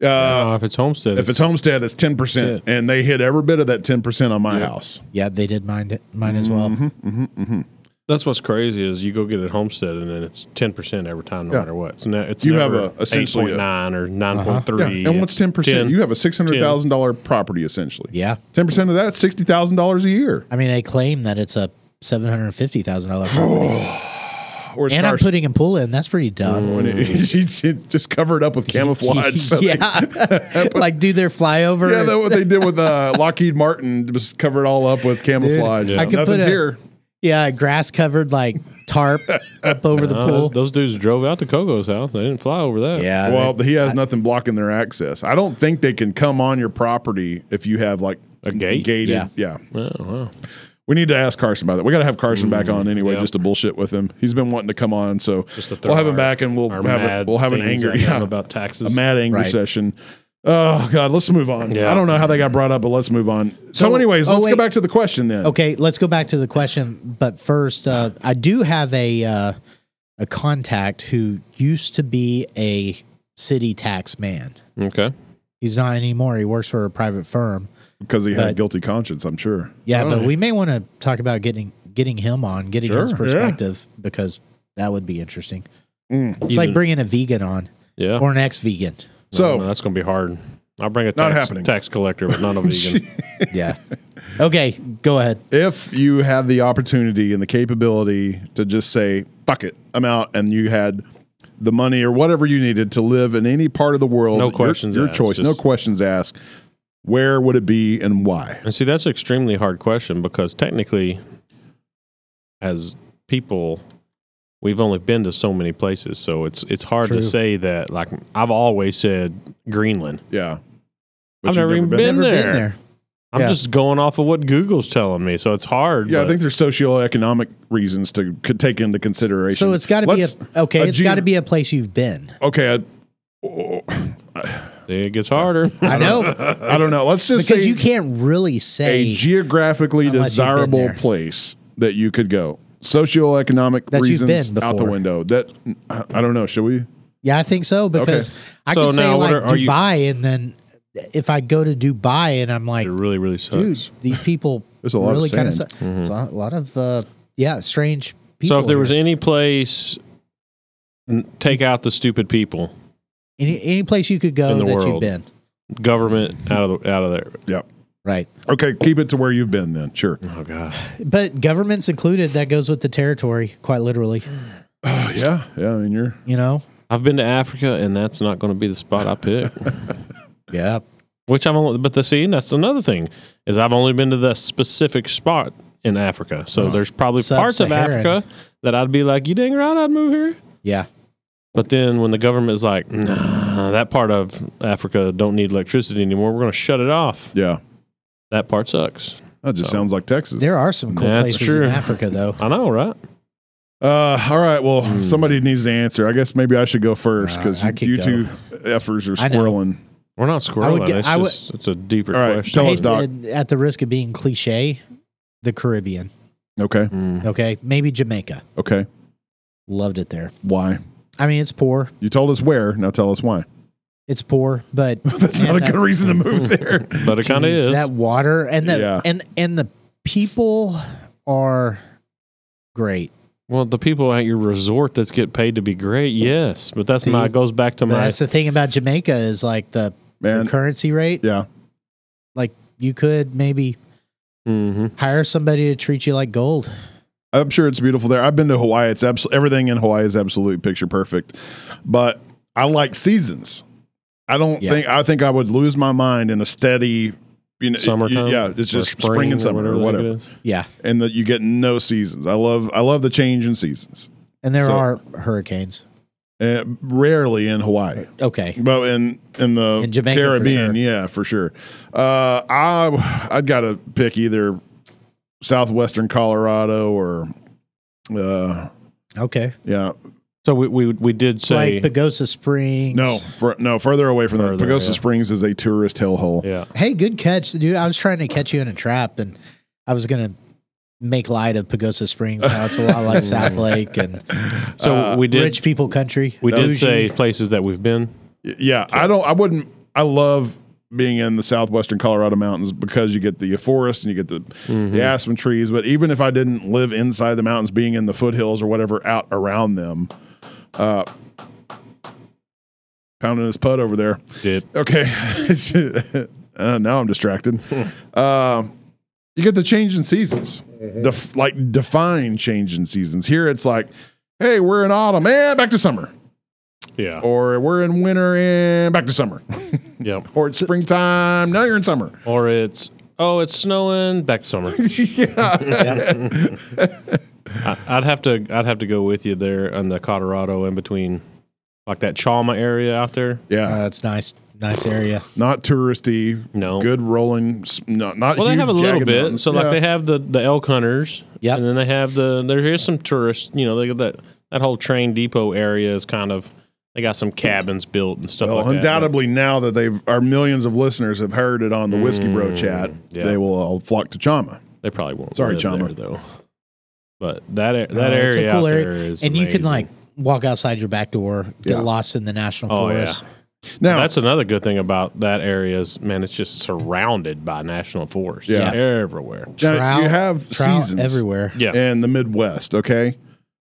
S5: Uh,
S1: Uh, if it's homestead,
S5: if it's homestead, it's ten percent, and they hit every bit of that ten percent on my house.
S2: Yeah. They did mine. it- Mine as well.
S5: Mm-hmm.
S1: that's what's crazy is you go get it homestead and then it's ten percent every time, no matter what. It's ne- it's
S5: You have
S1: never
S5: a- essentially a- Uh-huh.
S1: eight point nine or nine point three.
S5: Yeah, and what's 10%? You have a $600,000 property essentially.
S2: Yeah.
S5: 10% of that, $60,000 a year.
S2: I mean, they claim that it's a seven hundred fifty thousand dollar
S5: Oh,
S2: property,
S5: Or it's
S2: and I'm
S5: cars-
S2: putting a pool in. That's pretty dumb.
S5: It's- it just covered up with camouflage. So they-
S2: yeah. like do their flyover.
S5: yeah, that what they did with uh, Lockheed Martin was covered all up with camouflage.
S2: I could put
S5: Nothing's
S2: a-
S5: here.
S2: Yeah, grass covered like tarp up over the pool.
S1: those, those dudes drove out to Kogo's house. They didn't fly over that.
S2: yeah.
S5: well, he has nothing blocking their access. I don't think they can come on your property if you have like
S1: A gate?
S5: Gated.
S2: Yeah.
S5: yeah.
S1: Oh, wow. Mm,
S5: We need to ask Carson about that. We got to have Carson back on anyway,
S1: yeah.
S5: just to bullshit with him. He's been wanting to come on, so
S1: Just to throw
S5: we'll have him
S1: our-
S5: back and we'll
S1: our
S5: have a,
S1: mad
S5: we'll have an
S1: things
S5: anger
S1: at him
S5: yeah,
S1: about taxes.
S5: a mad anger
S2: Right.
S5: session. Oh God, let's move on.
S1: Yeah.
S5: I don't know how they got brought up, but let's move on. So,
S2: So-
S5: anyways,
S2: oh,
S5: let's go
S2: wait.
S5: back to the question then.
S2: Okay, let's go back to the question. But first, uh, I do have a uh, a contact who used to be a city tax man.
S1: Okay.
S2: He's not anymore. He works for a private firm.
S5: because he had a
S2: But-
S5: guilty conscience, I'm sure.
S2: Yeah, but
S1: Right.
S2: we may want to talk about getting getting him on, getting his
S5: Sure, yeah.
S2: perspective because that would be interesting.
S5: Mm.
S2: It's
S1: Even-
S2: like bringing a vegan on
S1: Yeah.
S2: or an ex-vegan.
S5: So
S1: No, that's going to be hard. I'll bring a
S5: Not
S1: tax,
S5: happening.
S1: tax collector, but not a vegan.
S2: Yeah. Okay, go ahead.
S5: if you had the opportunity and the capability to just say fuck it, I'm out, and you had the money or whatever you needed to live in any part of the world,
S1: No
S5: your-
S1: questions
S5: your,
S1: asked,
S5: choice, no
S1: just-
S5: questions asked. Where would it be and why?
S1: and see, that's an extremely hard question because technically, as people, we've only been to so many places. So it's it's hard
S2: True.
S1: to say that, like, I've always said Greenland.
S5: Yeah.
S1: I've
S5: you've
S1: never even been,
S2: Never
S1: there.
S2: been there.
S1: I'm
S2: Yeah.
S1: just going off of what Google's telling me. So it's hard.
S5: Yeah, I
S1: but-
S5: think there's socioeconomic reasons to could take into consideration.
S2: So it's got to be
S5: Let's-
S2: a okay.
S5: a
S2: it's got to
S5: geog-
S2: be a place you've been.
S5: okay. I,
S1: it gets harder.
S2: I know.
S5: I don't know. Let's just
S2: because
S5: say
S2: you can't really say
S5: a geographically
S2: Unless you've been
S5: desirable
S2: there.
S5: place that you could go. Socioeconomic
S2: That you've
S5: reasons
S2: been
S5: out the
S2: before.
S5: window. That I I don't know. Should we?
S2: yeah i think so because i
S1: So
S2: could say
S1: now what
S2: like
S1: are- are you-
S2: dubai and then if i go to dubai and i'm like
S1: It really, really sucks.
S2: dude these people
S5: There's a lot of
S2: really kind of
S5: sand.
S2: a lot of uh, yeah strange people
S1: Mm-hmm. so if there was
S2: here.
S1: any place, n- take out the stupid people,
S2: any, any place you could go
S1: in the
S2: that you've
S1: world.
S2: been
S1: government out of the, out of there.
S5: Yep.
S2: right
S5: Okay, keep it to where you've been then. Sure.
S1: Oh god,
S2: but governments included that goes with the territory quite literally
S5: Oh, yeah. Yeah. I mean, you're
S2: you know
S1: I've been to Africa, and that's not going to be the spot I pick.
S2: yeah
S1: Which I'm, only, but the see, that's another thing is I've only been to the specific spot in Africa. So there's probably parts of
S2: Sub-Saharan.
S1: Africa that I'd be like, you dang right, I'd move here.
S2: yeah
S1: But then when the government is like, nah, that part of Africa don't need electricity anymore. We're going to shut it off.
S5: yeah.
S1: That part sucks.
S5: That just sounds like Texas.
S2: there are some cool
S1: That's
S2: places
S1: true.
S2: in africa though
S1: I know, right?
S5: Uh, all right. Well, somebody needs to answer. I guess maybe I should go first because
S2: Hmm. Uh, I could
S5: you
S2: go.
S5: two effers are
S2: I know.
S5: squirreling.
S1: We're not squirreling.
S2: get-
S1: it's,
S2: I would-
S1: just, it's a deeper
S5: All right,
S1: question.
S5: tell us,
S2: Hey, uh,
S5: Doc.
S2: at the risk of being cliche the caribbean
S5: Okay.
S1: Mm.
S2: okay maybe jamaica
S5: Okay.
S2: loved it there
S5: Why?
S2: i mean it's poor
S5: You told us where. Now tell us why.
S2: It's poor, but
S5: That's
S2: man,
S5: not a
S2: that-
S5: good reason to move there.
S1: but it kind of
S2: geez,
S1: is.
S2: that water and the
S5: Yeah.
S2: and and the people are great.
S1: Well, the people at your resort that get paid to be great, yes, but that's
S2: See,
S1: my goes back to my
S2: That's the thing about Jamaica is like the, the
S5: man.
S2: currency rate.
S5: Yeah.
S2: Like you could maybe
S1: Mhm.
S2: hire somebody to treat you like gold.
S5: I'm sure it's beautiful there. I've been to Hawaii. It's absolutely everything in Hawaii is absolutely picture perfect. But I like seasons. I don't
S2: Yeah.
S5: think I think I would lose my mind in a steady, you know,
S1: summertime.
S5: Yeah, it's
S1: or
S5: just spring, and summer or
S1: the heck
S5: whatever,
S1: it is.
S2: Yeah.
S5: and that you get no seasons. I love I love the change in seasons.
S2: And there
S5: So-
S2: are hurricanes.
S5: Uh, rarely in Hawaii,
S2: Okay.
S5: but in in the
S2: In Jamaica, for
S5: Caribbean,
S2: sure.
S5: yeah, for sure. Uh, I I'd got to pick either southwestern Colorado or. Uh,
S2: Okay.
S5: yeah,
S1: So we, we we did say
S2: like Pagosa Springs.
S5: No, fur- no, further away from that.
S1: Further,
S5: Pagosa
S1: yeah.
S5: Springs is a tourist hellhole.
S1: yeah.
S2: Hey, good catch, dude. I was trying to catch you in a trap, and I was gonna make light of Pagosa Springs. How it's a lot like South Lake and
S5: uh,
S1: So we did
S2: rich people country.
S1: we did
S2: Bougie.
S1: say places that we've been.
S5: Y- Yeah, I don't. I wouldn't. I love being in the southwestern Colorado mountains because you get the forests and you get the,
S1: Mm-hmm.
S5: the aspen trees. But even if I didn't live inside the mountains, being in the foothills or whatever out around them, uh, pounding his putt over there.
S1: Did
S5: Okay, uh, now I'm distracted. Um you get the change in seasons,
S1: Mm-hmm.
S5: Def- like define change in seasons. Here it's like, hey, we're in autumn, and back to summer,
S1: yeah
S5: or we're in winter and back to summer,
S1: yeah
S5: or it's springtime. Now you're in summer.
S1: or it's oh it's snowing back to summer.
S5: yeah,
S2: Yep.
S1: I, I'd have to I'd have to go with you there on the Colorado in between like that Chalma area out there.
S5: yeah,
S2: Uh, it's nice, nice area.
S5: not touristy.
S1: No.
S5: good rolling. s- No, not
S1: Well, they
S5: huge
S1: have a little
S5: jagged
S1: bit.
S5: mountains.
S1: So like
S5: Yeah.
S1: they have the the elk hunters.
S2: Yep.
S1: And then they have the there is some tourists. You know they got that that whole train depot area is kind of they got some cabins built and stuff
S5: Well,
S1: like that.
S5: undoubtedly, now that they've our millions of listeners have heard it on the Whiskey Bro chat,
S1: Mm, yeah.
S5: they will all flock to Chama.
S1: They probably won't.
S5: Sorry,
S1: live
S5: Chama.
S1: there, though. But that a- that
S2: Uh,
S1: area
S2: it's a
S1: out
S2: cool area.
S1: there is
S2: and you can
S1: amazing.
S2: like walk outside your back door, get
S5: Yeah.
S2: lost in the national
S1: Oh, yeah.
S2: forest.
S5: Now,
S1: That's another good thing about that area is man, it's just surrounded by national forest.
S5: Yeah.
S1: everywhere.
S5: Now, you
S2: Trout,
S5: have
S2: trout
S5: seasons.
S2: everywhere.
S1: Yeah,
S5: and the Midwest. Okay,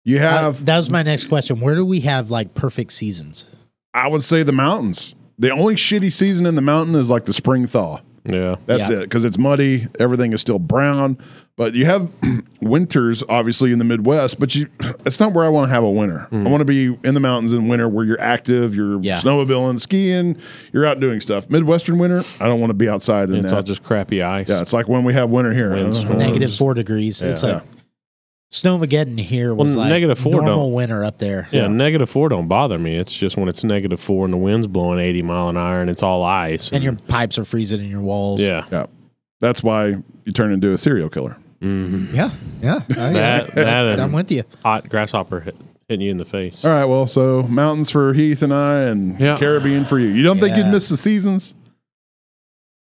S5: you
S2: I-
S5: have.
S2: that was my next question. Where do we have like perfect seasons?
S5: I would say the mountains. The only shitty season in the mountain is like the spring thaw.
S1: yeah.
S5: That's
S2: Yeah.
S5: it because it's muddy. Everything is still brown. But you have winters, obviously, in the Midwest. But you, it's not where I want to have a winter. I want to be in the mountains in winter where you're active. You're
S2: Hmm. Yeah.
S5: snowmobiling, skiing. You're out doing stuff. Midwestern winter, I don't want to be outside in
S1: It's all
S5: that.
S1: just crappy ice.
S5: yeah, it's like when we have winter here.
S1: Winds,
S5: Uh,
S1: storms.
S2: Negative four degrees. It's like snowmageddon here
S1: Well,
S2: was like
S1: negative four don't-
S2: normal winter up there.
S1: Yeah, negative four don't bother me. It's just when it's negative four and the wind's blowing eighty mile an hour and it's all ice.
S2: and your pipes are freezing in your walls.
S1: yeah,
S5: yeah. That's why you turn into a serial killer.
S1: hmm
S2: yeah, yeah. I-
S1: that that
S2: I'm
S1: and
S2: with you.
S1: hot grasshopper hit, hitting you in the face.
S5: All right, well, so mountains for Heath and I, and
S1: Yeah.
S5: Caribbean for you. You don't think you'd
S2: Yeah.
S5: miss the seasons?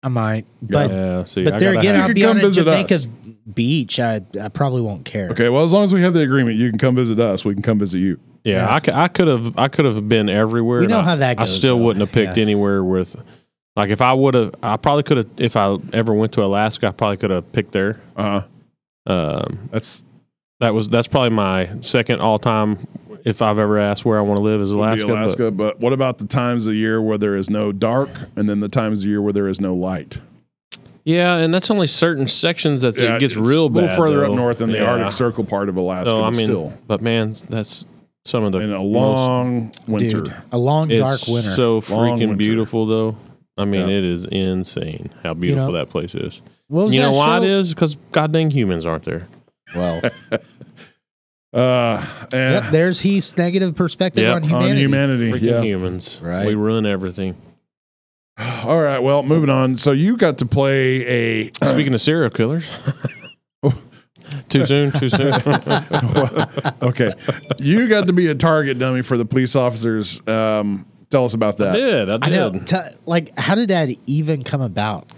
S2: I might, but
S1: yeah, see,
S2: but
S1: I
S2: there
S1: gotta
S2: again,
S5: You
S1: have-
S2: I'll
S5: could
S2: be
S5: come
S2: on a
S5: visit us.
S2: Jamaica beach. I I probably won't care.
S5: Okay, well, as long as we have the agreement, you can come visit us. We can come visit you.
S1: yeah,
S2: yeah.
S1: I cou- I could have I could have been everywhere.
S2: We
S1: and
S2: know
S1: I,
S2: how that
S1: I
S2: goes,
S1: still
S2: though.
S1: wouldn't have picked
S2: Yeah.
S1: anywhere with, like, if I would have, I probably could have. If I ever went to Alaska, I probably could have picked there.
S5: Uh huh.
S1: Um,
S5: That's
S1: that was that's probably my second all time. If I've ever asked where I want to live, is Alaska.
S5: Alaska,
S1: but-
S5: Alaska. But, what about the times of year where there is no dark, and then the times of year where there is no light?
S1: Yeah, and that's only certain sections that
S5: Yeah,
S1: it gets
S5: it's
S1: real
S5: a little
S1: bad,
S5: further
S1: though.
S5: up north in the
S1: Yeah.
S5: Arctic Circle part of Alaska.
S1: So I
S5: but
S1: mean,
S5: still,
S1: but man, that's some of the
S5: in a
S1: most-
S5: long winter.
S2: Dude, a long
S1: it's
S2: dark winter.
S1: So
S5: Long
S1: freaking
S5: winter.
S1: beautiful, though. I mean,
S5: Yeah.
S1: it is insane how beautiful
S2: know-
S1: that place is.
S2: what was
S1: You know
S2: Oh, that
S1: why
S2: show?
S1: it is? Because goddamn humans aren't there.
S2: Well,
S5: Uh, and
S2: yep, there's he's negative perspective
S1: Yep, on
S2: on
S5: on
S2: humanity.
S5: humanity.
S1: Freaking
S5: yeah.
S1: humans.
S2: Right.
S1: We ruin everything.
S5: All right. Well, moving on. So you got to play a
S1: Speaking of serial killers. too soon, too soon.
S5: okay. You got to be a target dummy for the police officers. Um, tell us about that.
S1: did. I
S2: I know.
S1: did.
S2: T- like, how did that even come about?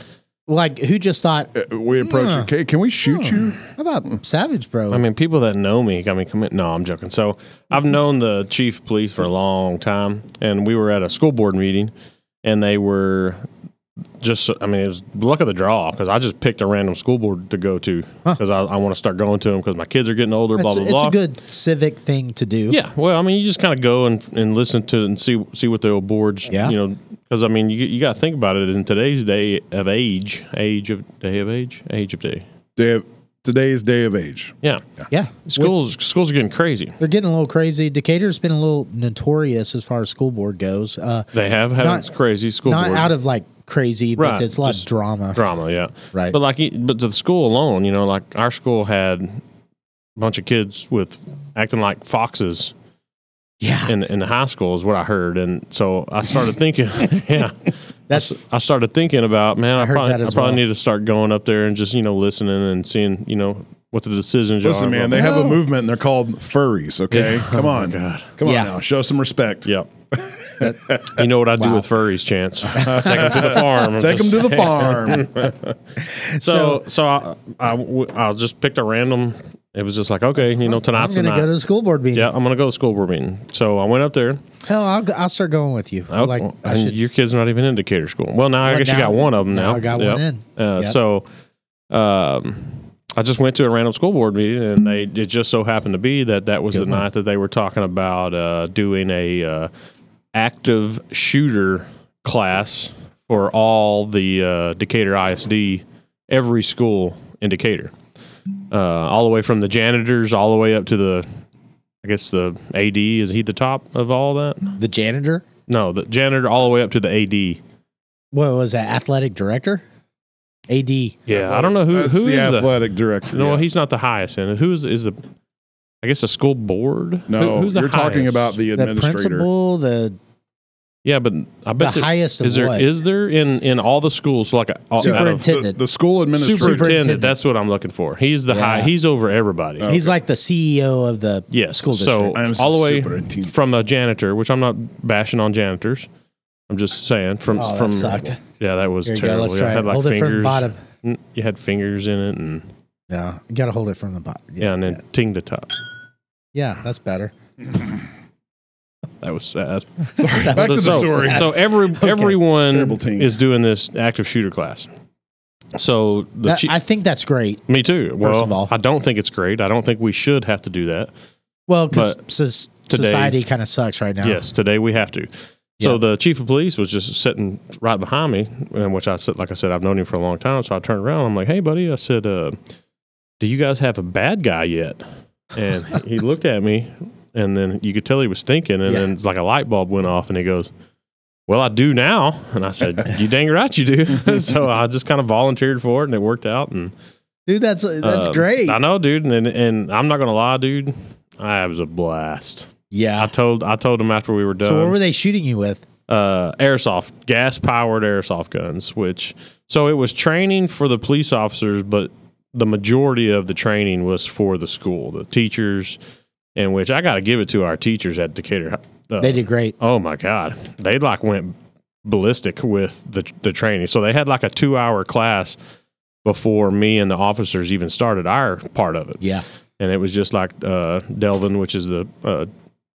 S2: Like, who just thought
S5: Uh, We approached.
S2: Yeah.
S5: you. Okay, can we shoot you?
S2: how about Savage Bro?
S1: I mean, people that know me, I mean, come in. No, I'm joking. So I've known the chief of police for a long time, and we were at a school board meeting, and they were just I mean it was luck of the draw because I just picked a random school board to go to
S2: Huh.
S1: because I, I want to start going to them because my kids are getting older. blah
S2: It's,
S1: blah
S2: it's
S1: blah.
S2: a good civic thing to do.
S1: Yeah, well, I mean, you just kind of go and, and listen to and see see what the old boards,
S2: Yeah.
S1: you know, because I mean, you you got to think about it in today's day of age, age of day of age, age of day.
S5: Day of, today's day of age.
S1: Yeah,
S2: Yeah.
S1: schools schools are getting crazy.
S2: They're getting a little crazy. Decatur's been a little notorious as far as school board goes. Uh,
S1: They have had
S2: Not-
S1: crazy school
S2: not
S1: board
S2: out of like crazy,
S1: Right,
S2: but there's a lot
S1: just
S2: of drama.
S1: drama, yeah,
S2: Right.
S1: But like, e- but to the school alone, you know, like our school had a bunch of kids with acting like foxes
S2: yeah.
S1: in in high school is what I heard, and so I started thinking, yeah,
S2: That's
S1: I started thinking about man, I,
S2: heard
S1: probably,
S2: that
S1: I
S2: as
S1: probably
S2: well.
S1: need to start going up there and just you know listening and seeing you know what the decisions
S5: Listen,
S1: are.
S5: man,
S1: blah,
S5: they have a
S2: No.
S5: movement and they're called furries, okay?
S1: Yeah.
S5: Come
S1: Oh my
S5: on.
S1: God.
S5: Come on
S2: Yeah.
S5: now. Show some respect.
S1: blah. yep. you know what I do
S2: Wow.
S1: with furries, Chance? Take them to the farm. I'm
S5: Take them
S1: just-
S5: to the farm.
S1: So so, I, I w- I just picked a random. It was just like okay, you know
S2: I'm
S1: tonight's the
S2: going to
S1: night.
S2: go to the school board meeting.
S1: yeah, I'm gonna go to the school board meeting. So I went up there.
S2: Hell, I'll, go- I'll start going with you.
S1: Oh,
S2: like
S1: well,
S2: I
S1: and
S2: should.
S1: your kid's not even in Decatur school. Well, now I
S2: Well,
S1: guess you
S2: now-
S1: got one of them now.
S2: now I got one in.
S1: Uh,
S2: Yep.
S1: So, um, I just went to a random school board meeting, and they it just so happened to be that that was the night that they were talking about uh, doing a uh, active shooter class for all the uh, Decatur ISD, every school in Decatur, uh, all the way from the janitors all the way up to the. I guess the AD is he the top of all that?
S2: The janitor?
S1: No, the janitor all the way up to the AD.
S2: What was that? Athletic director? AD.
S1: Yeah, I don't know who
S5: That's
S1: who is
S5: the
S1: the.
S5: athletic director.
S1: no,
S5: Yeah.
S1: he's not the highest in. it. Who is is the? I guess the school board. Who-
S5: no
S1: who's the
S5: you're talking
S1: highest?
S5: about the
S2: The
S5: administrator.
S2: principal, the
S1: Yeah, but I
S2: the
S1: bet there-
S2: highest of
S1: is there is
S2: what?
S1: there in in all the schools like a, all,
S5: Yeah,
S1: out
S5: the-
S1: of,
S2: Superintendent.
S5: The, school administrator.
S2: Superintendent.
S1: superintendent? That's what I'm looking for. He's the high.
S2: Yeah.
S1: He's over everybody.
S5: Oh.
S2: He's like the CEO of the
S1: Yes.
S2: school district.
S1: so
S5: I am
S1: all the way
S5: superintendent.
S1: from a janitor, which I'm not bashing on janitors. I'm just saying from
S2: Oh, that
S1: from
S2: sucked.
S1: Yeah, that was
S2: Here you go.
S1: terrible.
S2: Let's
S1: Yeah,
S2: try
S1: I had
S2: it.
S1: like
S2: Hold it
S1: fingers.
S2: from the bottom.
S1: Mm, You had fingers in it, and
S2: No, you got to hold it from the bottom.
S1: yeah, and then ting the top.
S2: yeah, that's better.
S1: That was sad.
S5: Sorry, back to the
S1: so,
S5: story.
S1: so every everyone
S5: Terrible team.
S1: is doing this active shooter class. So the
S2: That-
S1: chi-
S2: I think that's great.
S1: me too. Well,
S2: of all.
S1: I don't think it's great. I don't think we should have to do that.
S2: Well, because
S1: But today-
S2: society kind of sucks right now.
S1: Yes, today we have to.
S2: Yeah.
S1: So the chief of police was just sitting right behind me, and which I said, like I said, I've known him for a long time. So I turned around. I'm like, "Hey, buddy," I said, uh, "Do you guys have a bad guy yet?" And he looked at me, and then you could tell he was thinking, and
S2: Yeah.
S1: then it's like a light bulb went off, and he goes, "Well, I do now." And I said, "You dang right you do." so I just kind of volunteered for it, and it worked out. And
S2: Dude, that's that's
S1: um,
S2: great.
S1: I know, dude, and and I'm not gonna lie, dude, I was a blast. I
S2: yeah.
S1: told I told him after we were done
S2: So what were they shooting you with?
S1: uh, airsoft, gas powered airsoft guns, which so it was training for the police officers, but the majority of the training was for the school, the teachers, and which I got to give it to our teachers at Decatur. Uh,
S2: They did great.
S1: Oh my God, they like went ballistic with the the training. So they had like a two hour class before me and the officers even started our part of it
S2: Yeah.
S1: and it was just like uh, Delvin, which is the uh,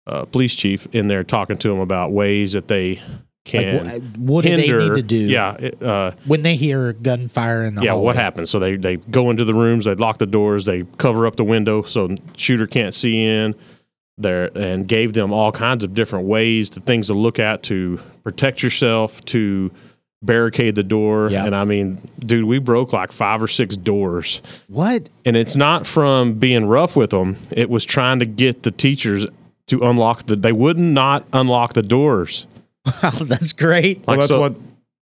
S1: uh, police chief, in there talking to him about ways that they
S2: Like,
S1: can
S2: wh- what do
S1: hinder.
S2: they need to do?
S1: Yeah, it, uh,
S2: When they hear gunfire in the
S1: yeah. What
S2: hallway?
S1: happens? So they they go into the rooms, they lock the doors, they cover up the window so shooter can't see in. There and gave them all kinds of different ways to things to look at to protect yourself to barricade the door
S2: Yeah.
S1: and i mean dude we broke like five or six doors
S2: What?
S1: and it's not from being rough with them. It was trying to get the teachers to unlock the. They would not unlock the doors.
S2: Wow, that's great.
S5: well,
S1: Like,
S5: that's
S1: so-
S5: what.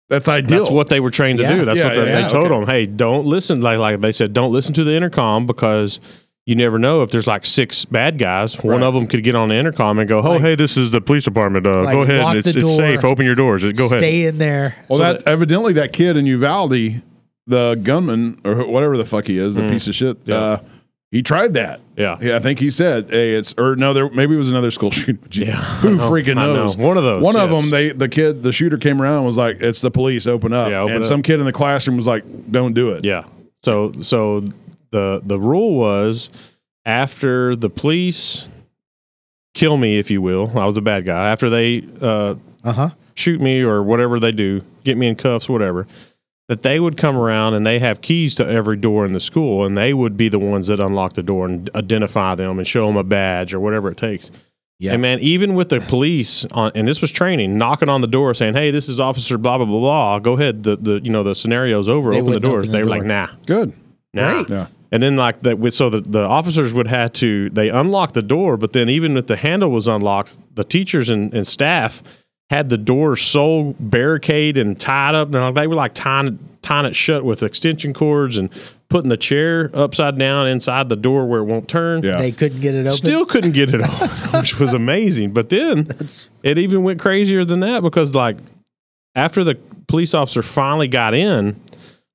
S5: That's ideal.
S1: That's what they were trained to
S2: Yeah.
S1: do. That's
S5: Yeah,
S1: what they,
S5: yeah,
S1: they
S5: yeah,
S1: told
S5: okay.
S1: them. Hey, don't listen. Like like they said, don't listen to the intercom because you never know if there's like six bad guys. One
S5: Right.
S1: of them could get on the intercom and go, "Oh, hey, this is the police department. Uh,
S2: Like,
S1: go ahead.
S2: lock
S1: It's,
S2: the
S1: it's
S2: door.
S1: safe. Open your doors. Go ahead."
S2: Stay in there.
S5: Well,
S1: So
S5: that, evidently that kid in Uvalde, the gunman or wh- whatever the fuck he is, the
S1: Mm-hmm.
S5: piece of shit. Uh, he tried that.
S1: Yeah.
S5: yeah. I think he said, "Hey, it's or no, there maybe it was another school shooting. Gee, who
S1: know,
S5: freaking
S1: I know.
S5: knows?
S1: One of those,
S5: One of
S1: yes.
S5: them. They the kid, the shooter came around and was like, "It's the police. Open up."
S1: Yeah, open
S5: and
S1: up.
S5: some kid in the classroom was like, "Don't do it."
S1: Yeah. So so the the rule was after the police kill me, if you will. I was a bad guy. After they uh,
S2: Uh huh.
S1: shoot me or whatever they do, get me in cuffs, whatever, that they would come around and they have keys to every door in the school and they would be the ones that unlock the door and identify them and show them a badge or whatever it takes.
S2: Yeah.
S1: And man, even with the police on, and this was training, knocking on the door saying, "Hey, this is Officer blah blah blah blah. Go ahead. The the you know the scenario's over.
S2: They
S1: open the
S2: wouldn't
S1: doors."
S2: open the
S1: they were
S2: door.
S1: like, "Nah,
S5: Good.
S1: nah."
S5: Yeah.
S1: And then like that, with- so the, the officers would have to they unlock the door, but then even if the handle was unlocked, the teachers and, and staff had the door so barricaded and tied up, and like, they were like tying tying it shut with extension cords and putting the chair upside down inside the door where it won't turn.
S5: Yeah.
S2: They couldn't get it open.
S1: Still couldn't get it on, which was amazing. But then
S2: That's-
S1: it even went crazier than that because like after the police officer finally got in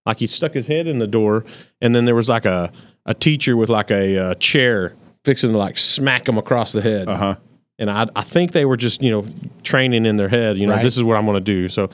S1: like he stuck his head in the door and then there was like a, a teacher with like a uh, chair fixing to like smack him across the head
S5: Uh huh.
S1: and I, I think they were just you know training in their head you know
S2: Right.
S1: this is what i'm going to do so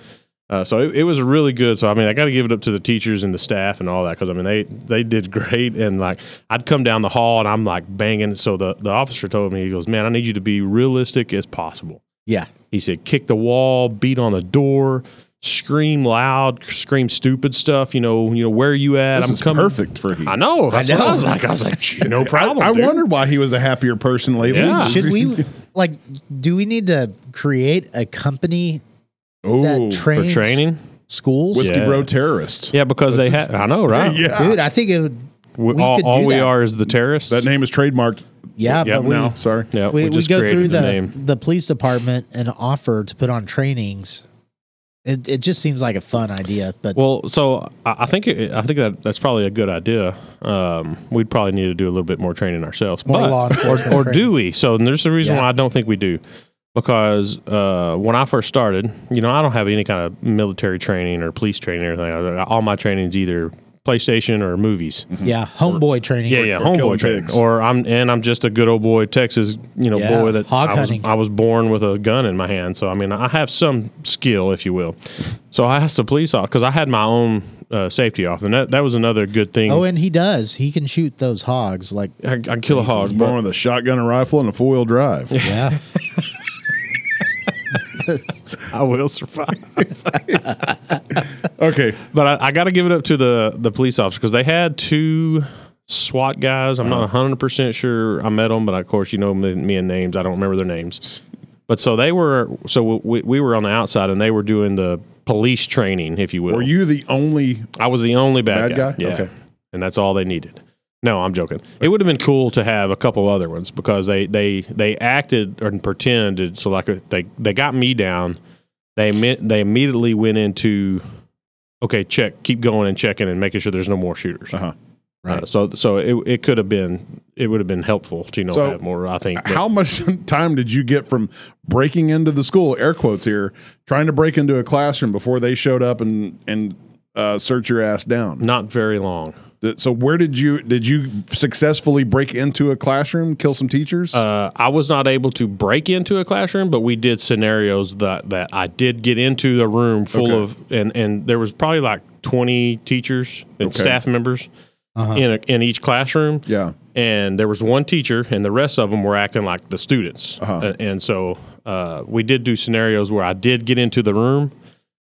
S1: uh, so it, it was really good so i mean i got to give it up to the teachers and the staff and all that because i mean they they did great and like i'd come down the hall and i'm like banging so the, the officer told me he goes man i need you to be realistic as possible
S2: yeah.
S1: he said, kick the wall, beat on the door, scream loud, scream stupid stuff. You know, you know where are you at?
S5: This is perfect for he.
S1: I know. That's What I
S2: know.
S1: was like, I was like, "Gee, no problem.
S5: I, I
S1: dude."
S5: wondered why he was a happier person lately.
S1: Yeah.
S2: Should we like? Do we need to create a company
S5: Ooh.
S2: that
S1: for
S2: trains
S1: training.
S2: schools?
S5: Whiskey
S1: Yeah.
S5: bro terrorist.
S1: Yeah, because they had. I know, right?
S5: Yeah.
S2: Dude, I think it would.
S1: We,
S2: we
S1: all
S2: could
S1: all
S2: do
S1: we
S2: that.
S1: are is the terrorists.
S5: That name is trademarked.
S2: Yeah,
S1: Yeah,
S2: but we
S5: no, sorry.
S1: yeah,
S2: we, we,
S1: just
S2: go
S1: created
S2: through the
S1: name.
S2: the police department and offer to put on trainings. It it just seems like a fun idea, but
S1: Well, so I, I think it, I think that that's probably a good idea. Um, we'd probably need to do a little bit more training ourselves.
S2: more
S1: but
S2: law enforcement
S1: or
S2: training.
S1: do we? So and there's the reason
S2: Yeah.
S1: why I don't think we do, because uh, when I first started, you know, I don't have any kind of military training or police training or anything. like that. All my training is either PlayStation or movies.
S2: yeah homeboy training.
S1: Yeah, yeah,
S5: or killing
S1: homeboy training,
S5: pigs.
S1: or I'm and I'm just a good old boy Texas, you know,
S2: Yeah,
S1: boy that
S2: hog
S1: I was,
S2: hunting.
S1: I was born with a gun in my hand. So I mean, I have some skill, if you will. So I asked the police officer because I had my own uh, safety off, and that, that was another good thing.
S2: Oh, and he does. He can shoot those hogs. Like
S1: I, I kill a hog,
S5: He's
S1: but
S5: born with a shotgun and rifle and a four wheel drive.
S2: yeah.
S1: I will survive.
S5: okay.
S1: But I, I got to give it up to the the police officer because they had two SWAT guys. I'm
S5: Uh-huh.
S1: not 100 percent sure I met them, but of course you know me, me and names. I don't remember their names. But so they were. So we, we were on the outside and they were doing the police training, if you will.
S5: Were you the only?
S1: I was the only bad,
S5: Bad guy?
S1: Yeah.
S5: Okay.
S1: And that's all they needed. No, I'm joking. It would have been cool to have a couple other ones because they they they acted and pretended. So like they they got me down. They me- they immediately went into okay, check, keep going and checking and making sure there's no more shooters.
S5: Uh-huh.
S2: Right.
S1: Uh, so so it it could have been it would have been helpful to you know
S5: So,
S1: have more. I think. but-
S5: How much time did you get from breaking into the school? Air quotes here, trying to break into a classroom before they showed up and and uh, search your ass down.
S1: not very long.
S5: Th- So where did you did you successfully break into a classroom, kill some teachers?
S1: Uh, I was not able to break into a classroom, but we did scenarios that, that I did get into the room full
S5: Okay.
S1: of, and, and there was probably like 20 teachers and
S5: Okay. Uh-huh.
S1: staff members in, a, in each classroom.
S5: yeah.
S1: And there was one teacher, and the rest of them were acting like the students.
S5: Uh-huh.
S1: A- And so uh, we did do scenarios where I did get into the room,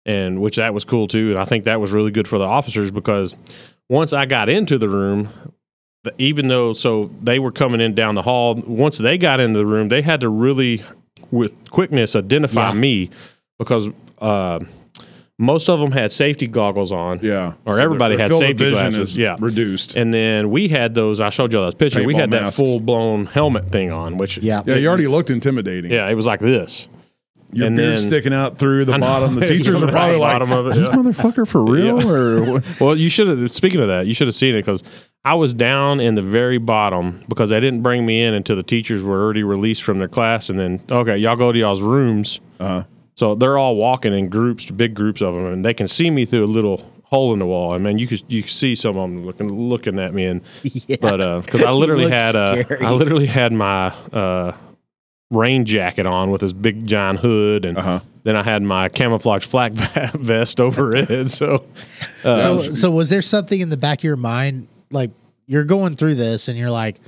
S1: and which that was cool too. And I think that was really good for the officers because once I got into the room, the- even though so they were coming in down the hall, once they got into the room, they had to really with quickness identify
S2: Yeah.
S1: me because uh, most of them had safety goggles on.
S5: Yeah.
S1: Or
S5: their-
S1: everybody
S5: their
S1: had
S5: field of
S1: safety
S5: vision
S1: glasses,
S5: is
S1: yeah.
S5: Reduced.
S1: And then we had those. I showed you all those pictures. we
S5: Paintball
S1: had that
S5: masks.
S1: full blown helmet thing on, which
S2: Yeah.
S5: yeah, you already looked intimidating.
S1: yeah, it was like this.
S5: Your
S1: and
S5: beard
S1: then-
S5: sticking out through the
S1: know.
S5: bottom. The
S1: It's
S5: teachers are
S1: right
S5: probably like,
S1: bottom of it,
S5: "Is this
S1: yeah."
S5: motherfucker for real?"
S1: Yeah.
S5: Or what?
S1: Well, you should have. Speaking of that, you should have seen it because I was down in the very bottom because they didn't bring me in until the teachers were already released from their class, and then okay, y'all go to y'all's rooms.
S5: Uh-huh.
S1: So they're all walking in groups, big groups of them, and they can see me through a little hole in the wall. And man, you could you could see some of them looking looking at me, and
S2: Yeah.
S1: but because I
S2: You
S1: literally
S2: look
S1: had uh,
S2: scary.
S1: I literally had my uh, rain jacket on with this big giant hood, and
S5: Uh-huh.
S1: then I had my camouflage flak vest over it. So
S2: so so was there something in the back of your mind like you're going through this and you're like,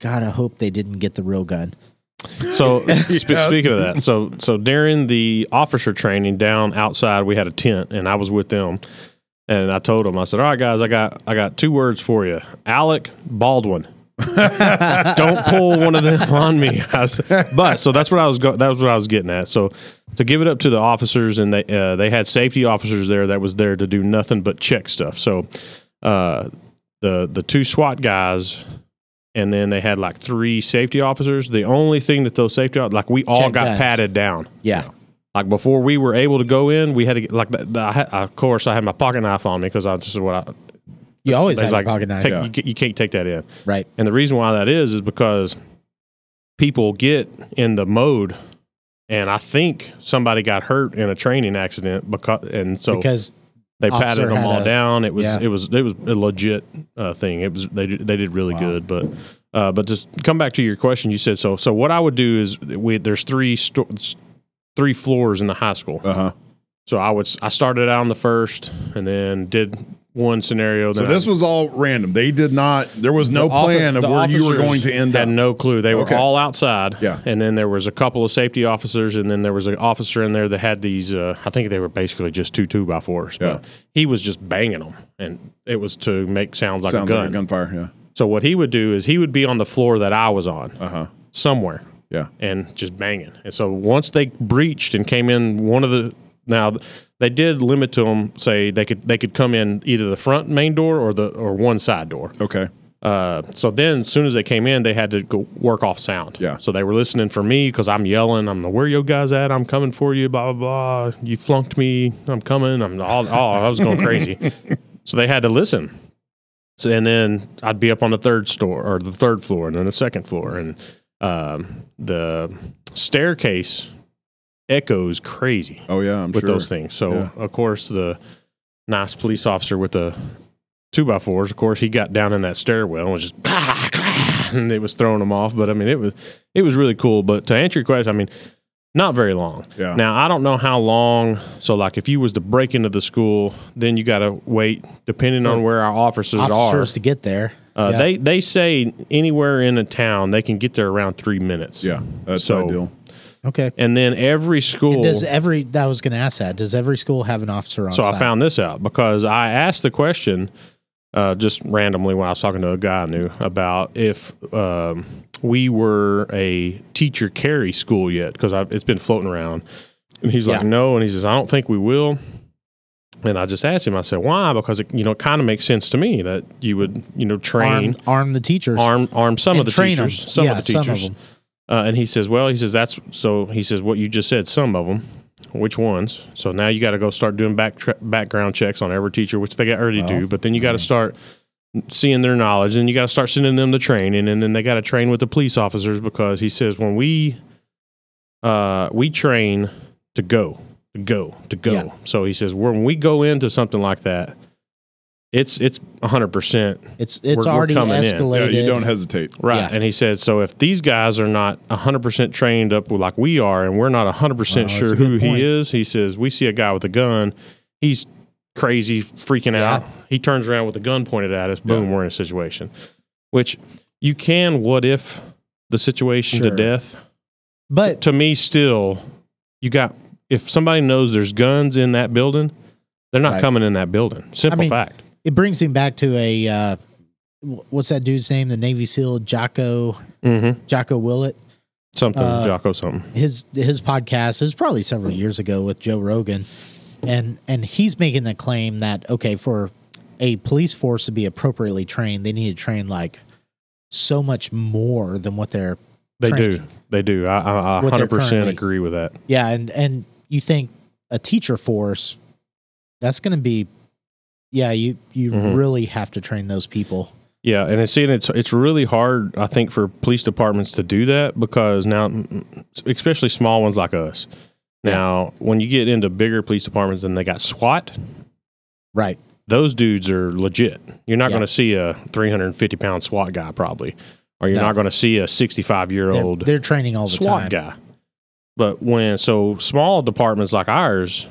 S2: God, I hope they didn't get the real gun.
S1: So sp- speaking of that, so so during the officer training down outside, we had a tent, and I was with them, and I told them, I said, "All right, guys, I got I got two words for you: Alec Baldwin." Don't pull one of them on me. I s- but so that's what I was go- that was what I was getting at. So to give it up to the officers, and they uh, they had safety officers there that was there to do nothing but check stuff. So uh, the the two SWAT guys and then they had like three safety officers. The only thing that those safety like we all
S2: Check
S1: got
S2: guns.
S1: patted down.
S2: Yeah.
S1: Like before we were able to go in, we had to get like the, the, I had, of course I had my pocket knife on me because I just what I
S2: You always
S1: they
S2: have
S1: like
S2: a pocket knife.
S1: take- you, ca- you can't take that in.
S2: Right.
S1: And the reason why that is is because people get in the mode, and I think somebody got hurt in a training accident because and so
S2: because
S1: they
S2: Officer
S1: patted them
S2: had
S1: all
S2: a-
S1: down. It was
S2: yeah.
S1: it was it was a legit uh, thing. It was they did- they did really
S2: Wow.
S1: good, but. Uh, but just come back to your question. You said so. So what I would do is we, there's three sto- three floors in the high school.
S5: Uh huh.
S1: So I would s- I started out on the first, and then did one scenario.
S5: So
S1: then I-
S5: this was all random. They did not. There was no
S1: the offi-
S5: plan of
S1: the
S5: where you were
S1: officers
S5: going to end
S1: had
S5: up.
S1: no clue. They were
S5: Okay.
S1: all outside.
S5: Yeah.
S1: And then there was a couple of safety officers, and then there was an officer in there that had these. Uh, I think they were basically just two two by fours.
S5: Yeah.
S1: But he was just banging them, and it was to make sounds like
S5: Sounds
S1: a gun.
S5: like a gunfire. Yeah.
S1: So what he would do is he would be on the floor that I was on
S5: Uh huh.
S1: somewhere
S5: Yeah.
S1: and just banging. And so once they breached and came in, one of the now they did limit to them. Say they could they could come in either the front main door or the or one side door.
S5: Okay.
S1: Uh, so then, as soon as they came in, they had to go work off sound.
S5: Yeah.
S1: So they were listening for me because I'm yelling. I'm the where your guys at? I'm coming for you. Blah blah blah. You flunked me. I'm coming. I'm all. Oh, I was going crazy. so they had to listen. So and then I'd be up on the third store or the third floor, and then the second floor, and um, the staircase echoes crazy
S5: Oh yeah. I'm
S1: with
S5: sure.
S1: those things. So
S5: Yeah.
S1: of course the nice police officer with the two by fours, of course, he got down in that stairwell and was just and it was throwing them off. But I mean it was it was really cool. But to answer your question, I mean, not very long.
S5: Yeah.
S1: Now I don't know how long so like if you was to break into the school, then you gotta wait depending on where our officers,
S2: officers
S1: are.
S2: to get there.
S1: Uh,
S2: Yeah.
S1: They they say anywhere in a town they can get there around three minutes.
S5: Yeah. That's
S1: So-
S5: ideal.
S2: okay.
S1: And then every school
S2: Does every that was going to ask that? Does every school have an officer on?
S1: So
S2: site?
S1: I found this out because I asked the question uh, just randomly when I was talking to a guy I knew about if um, we were a teacher carry school yet because it's been floating around. And he's like,
S2: Yeah.
S1: no. And he says, I don't think we will. And I just asked him, I said, why? Because it, you know, it kind of makes sense to me that you would, you know, train,
S2: arm, arm the teachers.
S1: arm, arm, some of
S2: And
S1: the
S2: train 'em.
S1: teachers, some
S2: Yeah,
S1: of the
S2: some of
S1: teachers.
S2: them.
S1: Uh, and he says, well, he says that's so. He says what you just said, some of them. Which ones? So now you got to go start doing back tra- background checks on every teacher, which they already do. But then you got to start seeing their knowledge, and you got to start sending them to training, and then they got to train with the police officers because he says when we uh, we train to go, to go, to go.
S2: Yeah.
S1: So he says when we go into something like that, it's it's hundred percent
S2: It's it's
S1: We're- we're
S2: already
S1: coming in. Yeah, you
S5: Yeah.
S2: escalated.
S5: You don't hesitate.
S1: Right.
S2: Yeah.
S1: And he said, so if these guys are not 100% trained up like we are, and we're not 100%
S2: Wow, that's
S1: sure
S2: a good
S1: who
S2: point.
S1: he is, he says, we see a guy with a gun. He's crazy, freaking
S2: Yeah.
S1: out. He turns around with a gun pointed at us. Boom, we're in a situation. Which you can what if the situation
S2: Sure.
S1: to death.
S2: but
S1: To me, still, you got, if somebody knows there's guns in that building, they're not
S2: Right.
S1: coming in that building. Simple
S2: mean,
S1: fact.
S2: it brings him back to a uh, wh- what's that dude's name? The Navy SEAL Jocko
S1: hmm
S2: Jocko Willett.
S1: Something,
S2: uh,
S1: Jocko, something.
S2: His his podcast is probably several years ago with Joe Rogan, and and he's making the claim that okay for a police force to be appropriately trained, they need to train like so much more than what they're
S1: They do.
S2: training.
S1: They do. I, I, I
S2: What they're
S1: 100%
S2: currently-
S1: agree with that.
S2: Yeah, and and you think a teacher force that's going to be yeah, you you
S1: Mhm.
S2: really have to train those people.
S1: Yeah, and it's and it's it's really hard, I think, for police departments to do that because now, especially small ones like us. Now, when you get into bigger police departments and they got SWAT,
S2: Right.
S1: those dudes are legit. You're not
S2: Yeah.
S1: going to see a 350 pound SWAT guy probably, or you're
S2: No.
S1: not going to see a 65 year
S2: They're,
S1: old
S2: they're training all the
S1: SWAT
S2: time.
S1: guy. But when so small departments like ours,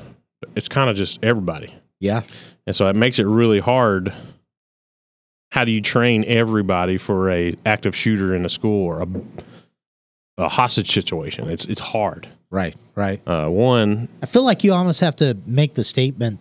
S1: it's kind of just everybody.
S2: Yeah.
S1: And so it makes it really hard. How do you train everybody for a active shooter in a school or a a hostage situation. It's it's hard.
S2: Right, right.
S1: Uh, one,
S2: I feel like you almost have to make the statement,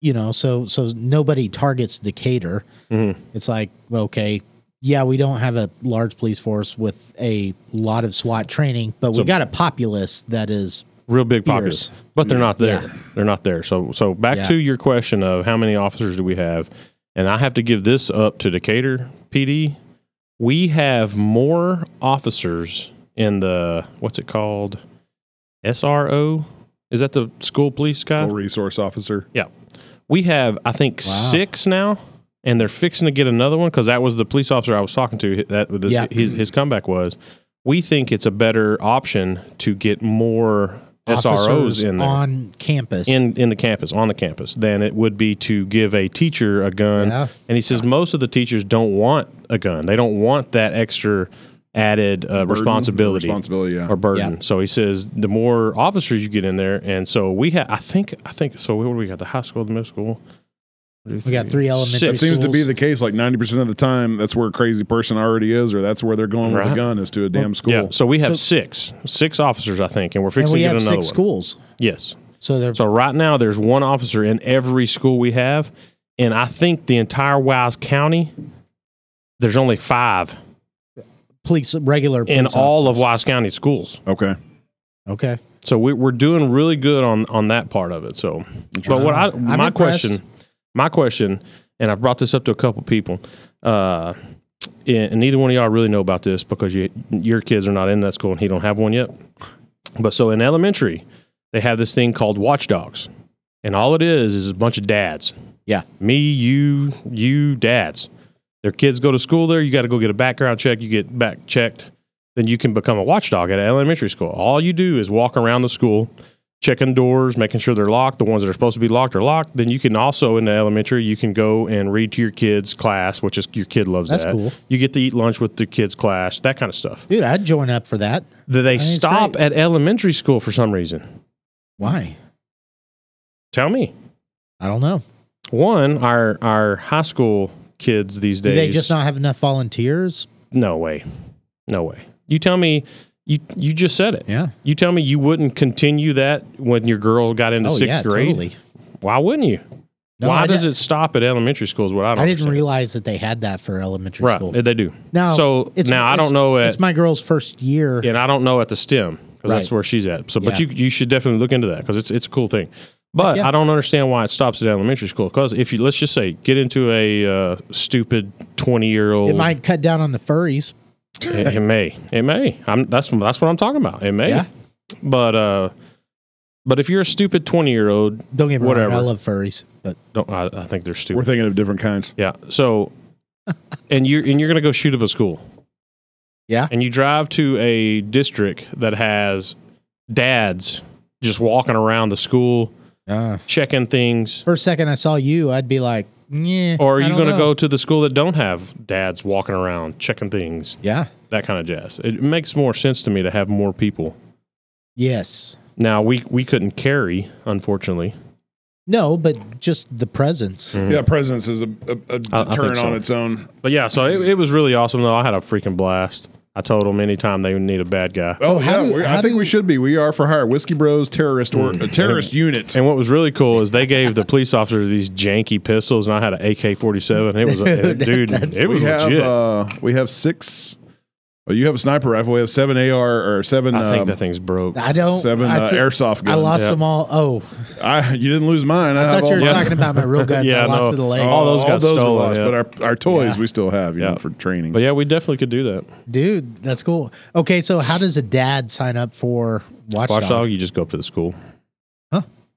S2: you know, so so nobody targets Decatur.
S1: mhm,
S2: It's like, okay, yeah, we don't have a large police force with a lot of SWAT training, but we
S1: So-
S2: got a populace that is
S1: real big pockets,
S2: Ears.
S1: but they're not there.
S2: Yeah.
S1: They're not there. So so back
S2: Yeah.
S1: to your question of how many officers do we have, and I have to give this up to Decatur PD. We have more officers in the what's it called, SRO. Is that the school police guy?
S5: Full resource officer.
S1: We have, I think,
S2: Wow.
S1: six now, and they're fixing to get another one because that was the police officer I was talking to. That the,
S2: Yeah.
S1: his his comeback was. We think it's a better option to get more
S2: officers
S1: SROs in there
S2: on campus.
S1: in in the campus on the campus than it would be to give a teacher a gun.
S2: Yeah.
S1: And he says most of the teachers don't want a gun. They don't want that extra added uh,
S5: Burden,
S1: responsibility
S5: Responsibility, yeah.
S1: or burden.
S2: Yeah.
S1: So he says the more officers you get in there, and so we had. I think I think so. What do we got? The high school, the middle school.
S2: we got three elementary
S5: That
S1: Six.
S5: seems to be
S2: schools.
S5: the case. Like 90% of the time, that's where a crazy person already is, or that's where they're going with
S1: Right.
S5: a gun is to a damn school.
S1: Yeah. So we have
S2: So-
S1: six six officers, I think, and we're
S2: and
S1: fixing
S2: we
S1: to get
S2: have
S1: another
S2: six
S1: one.
S2: schools.
S1: Yes.
S2: So they're
S1: So right now there's one officer in every school we have, and I think the entire Wise County. There's only five
S2: police regular police
S1: in all of
S2: officers.
S1: Wise County schools.
S5: Okay.
S2: Okay.
S1: So we, we're doing really good on on that part of it. So, but what I
S2: I'm
S1: my
S2: impressed.
S1: question, my question, and I've brought this up to a couple people, uh, and, and neither one of y'all really know about this because you, your kids are not in that school and he don't have one yet. But so in elementary, they have this thing called watchdogs, and all it is is a bunch of dads.
S2: Yeah.
S1: me, you, you, dads. Their kids go to school there. You got to go get a background check. You get back checked. Then you can become a watchdog at an elementary school. All you do is walk around the school, checking doors, making sure they're locked. The ones that are supposed to be locked are locked. Then you can also in the elementary, you can go and read to your kids' class, which is your kid loves
S2: That's
S1: that.
S2: cool.
S1: You get to eat lunch with the kids' class, that kind of stuff.
S2: Dude, I'd join up for that.
S1: That They
S2: think it's
S1: stop
S2: great.
S1: at elementary school for some reason.
S2: Why?
S1: Tell me,
S2: I don't know.
S1: one our our high school kids these
S2: Do
S1: days
S2: they just not have enough volunteers?
S1: No way. No way. You tell me you you just said it.
S2: Yeah.
S1: You tell me you wouldn't continue that when your girl got into
S2: oh
S1: sixth
S2: yeah,
S1: grade.
S2: totally.
S1: Why wouldn't you?
S2: No,
S1: Why
S2: I
S1: does
S2: di-
S1: it stop at elementary schools? What I don't
S2: I didn't
S1: understand.
S2: realize that they had that for elementary
S1: right.
S2: school.
S1: They do.
S2: Now,
S1: so
S2: it's-
S1: now I
S2: it's-
S1: don't know at
S2: It's my girl's first year.
S1: and I don't know at the STEM because that's
S2: Right.
S1: where she's at. So, but
S2: Yeah.
S1: you you should definitely look into that because it's it's a cool thing. But
S2: yeah.
S1: I don't understand why it stops at elementary school because if you let's just say get into a uh, stupid twenty year old
S2: It might cut down on the furries.
S1: it, it may. It may. I'm, that's that's what I'm talking about. It may.
S2: Yeah.
S1: But uh, but if you're a stupid twenty year old,
S2: Don't get me
S1: Whatever.
S2: wrong. I love furries, but
S1: don't I, I think they're
S5: We're
S1: stupid.
S5: thinking of different kinds.
S1: yeah. So, and you're and you're gonna go shoot up a school.
S2: Yeah.
S1: And you drive to a district that has dads just walking around the school
S2: uh,
S1: checking things.
S2: for a second I saw you, I'd be like, yeah.
S1: Or are
S2: I
S1: you
S2: don't
S1: going to
S2: know."
S1: go to the school that don't have dads walking around checking things,
S2: Yeah.
S1: that kind of jazz? It makes more sense to me to have more people.
S2: Yes.
S1: Now we we couldn't carry, unfortunately.
S2: No, but just the presence.
S1: Mm.
S5: Yeah, presence is a, a, a
S1: Mm-hmm. I- I think
S5: deterrent
S1: so.
S5: on its own.
S1: But yeah, so it, it was really awesome though. I had a freaking blast. I told them anytime they need a bad guy.
S5: Oh,
S2: how
S5: yeah.
S2: do-
S5: we-
S2: how
S5: I think
S2: do-
S5: we should be. We are for hire. Whiskey Bros terrorist or
S1: Mm-hmm.
S5: a terrorist unit.
S1: And what was really cool is they gave the police officer these janky pistols, and I had an AK forty seven. It was a,
S2: Dude,
S1: dude,
S2: that's-
S1: it was
S5: We have
S1: legit.
S5: uh, we have six. Well, you have a sniper rifle. We have seven AR or seven.
S1: I think
S5: um,
S1: that thing's broke.
S2: I don't.
S5: seven
S2: I
S5: uh,
S2: thi-
S5: airsoft
S2: I
S5: guns.
S2: lost
S1: Yeah.
S2: them all. Oh,
S5: I, you didn't lose mine.
S2: I
S5: I, have
S2: thought you
S5: all
S2: were
S5: mine.
S2: talking about my real guns.
S1: Yeah,
S2: I lost
S1: no.
S2: to the lake.
S1: All those got
S5: were
S1: stolen,
S5: lost,
S1: yeah.
S5: but our, our toys
S2: Yeah.
S5: we still have, you
S1: Yeah.
S5: know, for training.
S1: But yeah, we definitely could do that.
S2: Dude, that's cool. Okay, so how does a dad sign up for Watchdog?
S1: Watchdog, you just go up to the school.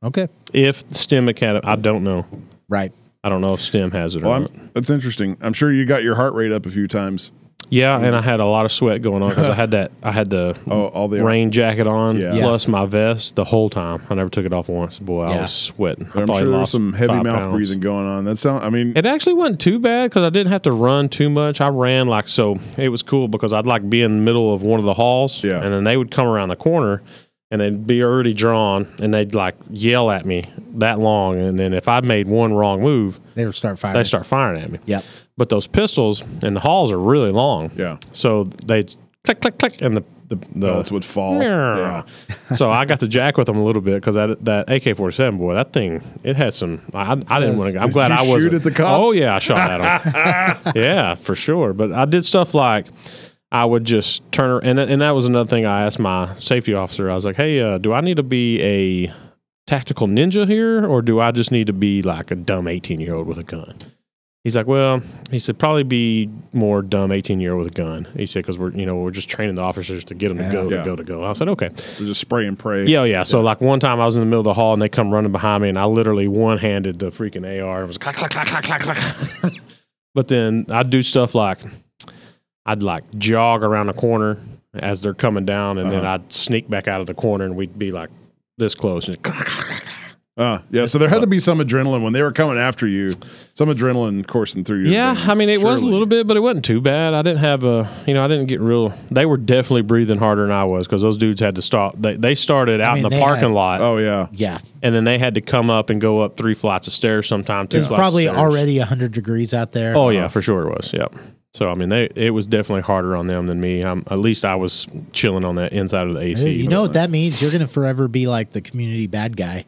S2: Okay,
S1: If STEM Academy, I don't know.
S2: right.
S1: I don't know if STEM has it or
S5: well,
S1: not.
S5: I'm, that's interesting. I'm sure you got your heart rate up a few times.
S1: Yeah, and I had a lot of sweat going on because I had that. I had the
S5: Oh, all the
S1: rain jacket on
S5: Yeah.
S2: Yeah.
S1: plus my vest the whole time. I never took it off once. Boy, I
S2: Yeah.
S1: was sweating. I
S5: I'm
S1: probably
S5: sure there was
S1: lost
S5: some heavy
S1: five
S5: mouth
S1: pounds.
S5: breathing going on. That sound. I mean,
S1: It actually wasn't too bad because I didn't have to run too much. I ran like so. It was cool because I'd like be in the middle of one of the halls,
S5: Yeah.
S1: and then they would come around the corner, and they'd be already drawn, and they'd like yell at me that long, and then if I made one wrong move,
S2: They would start firing.
S1: they start firing at me.
S2: Yep.
S1: But those pistols and the halls are really long.
S5: yeah.
S1: So they click, click, click, and the the, the
S5: Pellets would fall.
S1: Meow.
S5: Yeah.
S1: so I got to jack with them a little bit because that that AK forty seven boy, that thing, it had some. I, I didn't want to. I'm
S5: Did
S1: glad
S5: you
S1: I
S5: shoot
S1: wasn't.
S5: at the cops?
S1: Oh yeah, I shot at them. yeah, for sure. But I did stuff like I would just turn her, and that- and that was another thing I asked my safety officer. I was like, hey, uh, do I need to be a tactical ninja here, or do I just need to be like a dumb eighteen year old with a gun? He's like, well, he said probably be more dumb eighteen year old with a gun. He said because we're you know we're just training the officers to get them to go
S5: Yeah.
S1: to go to go. I said okay.
S5: They're Just spray and pray.
S1: Yeah, oh, yeah. So like one time I was in the middle of the hall and they come running behind me and I literally one handed the freaking AR. It was clack clack clack clack clack clack. but then I'd do stuff like I'd like jog around the corner as they're coming down and then
S5: Uh-huh.
S1: I'd sneak back out of the corner and we'd be like this close and clack, clack, clack.
S5: Uh, yeah. So there had to be some adrenaline when they were coming after you. Some adrenaline coursing through you.
S1: yeah i mean it was a little bit but it wasn't too bad i didn't have a you know i didn't get real they were definitely breathing harder than i was because those dudes had to stop they, they started out in
S2: mean,
S1: the
S2: they
S1: parking
S2: had-
S1: lot
S5: Oh yeah.
S2: Yeah.
S1: and then they had to come up and go up three flights of stairs sometime two
S2: It's
S1: flights
S2: probably
S1: of stairs.
S2: already Uh-huh. 100 degrees out there.
S1: oh yeah for sure it was yep so i mean they it was definitely harder on them than me um, at least i was chilling on that inside of the ac
S2: Dude, you know what that means? You're going to forever be like the community bad guy.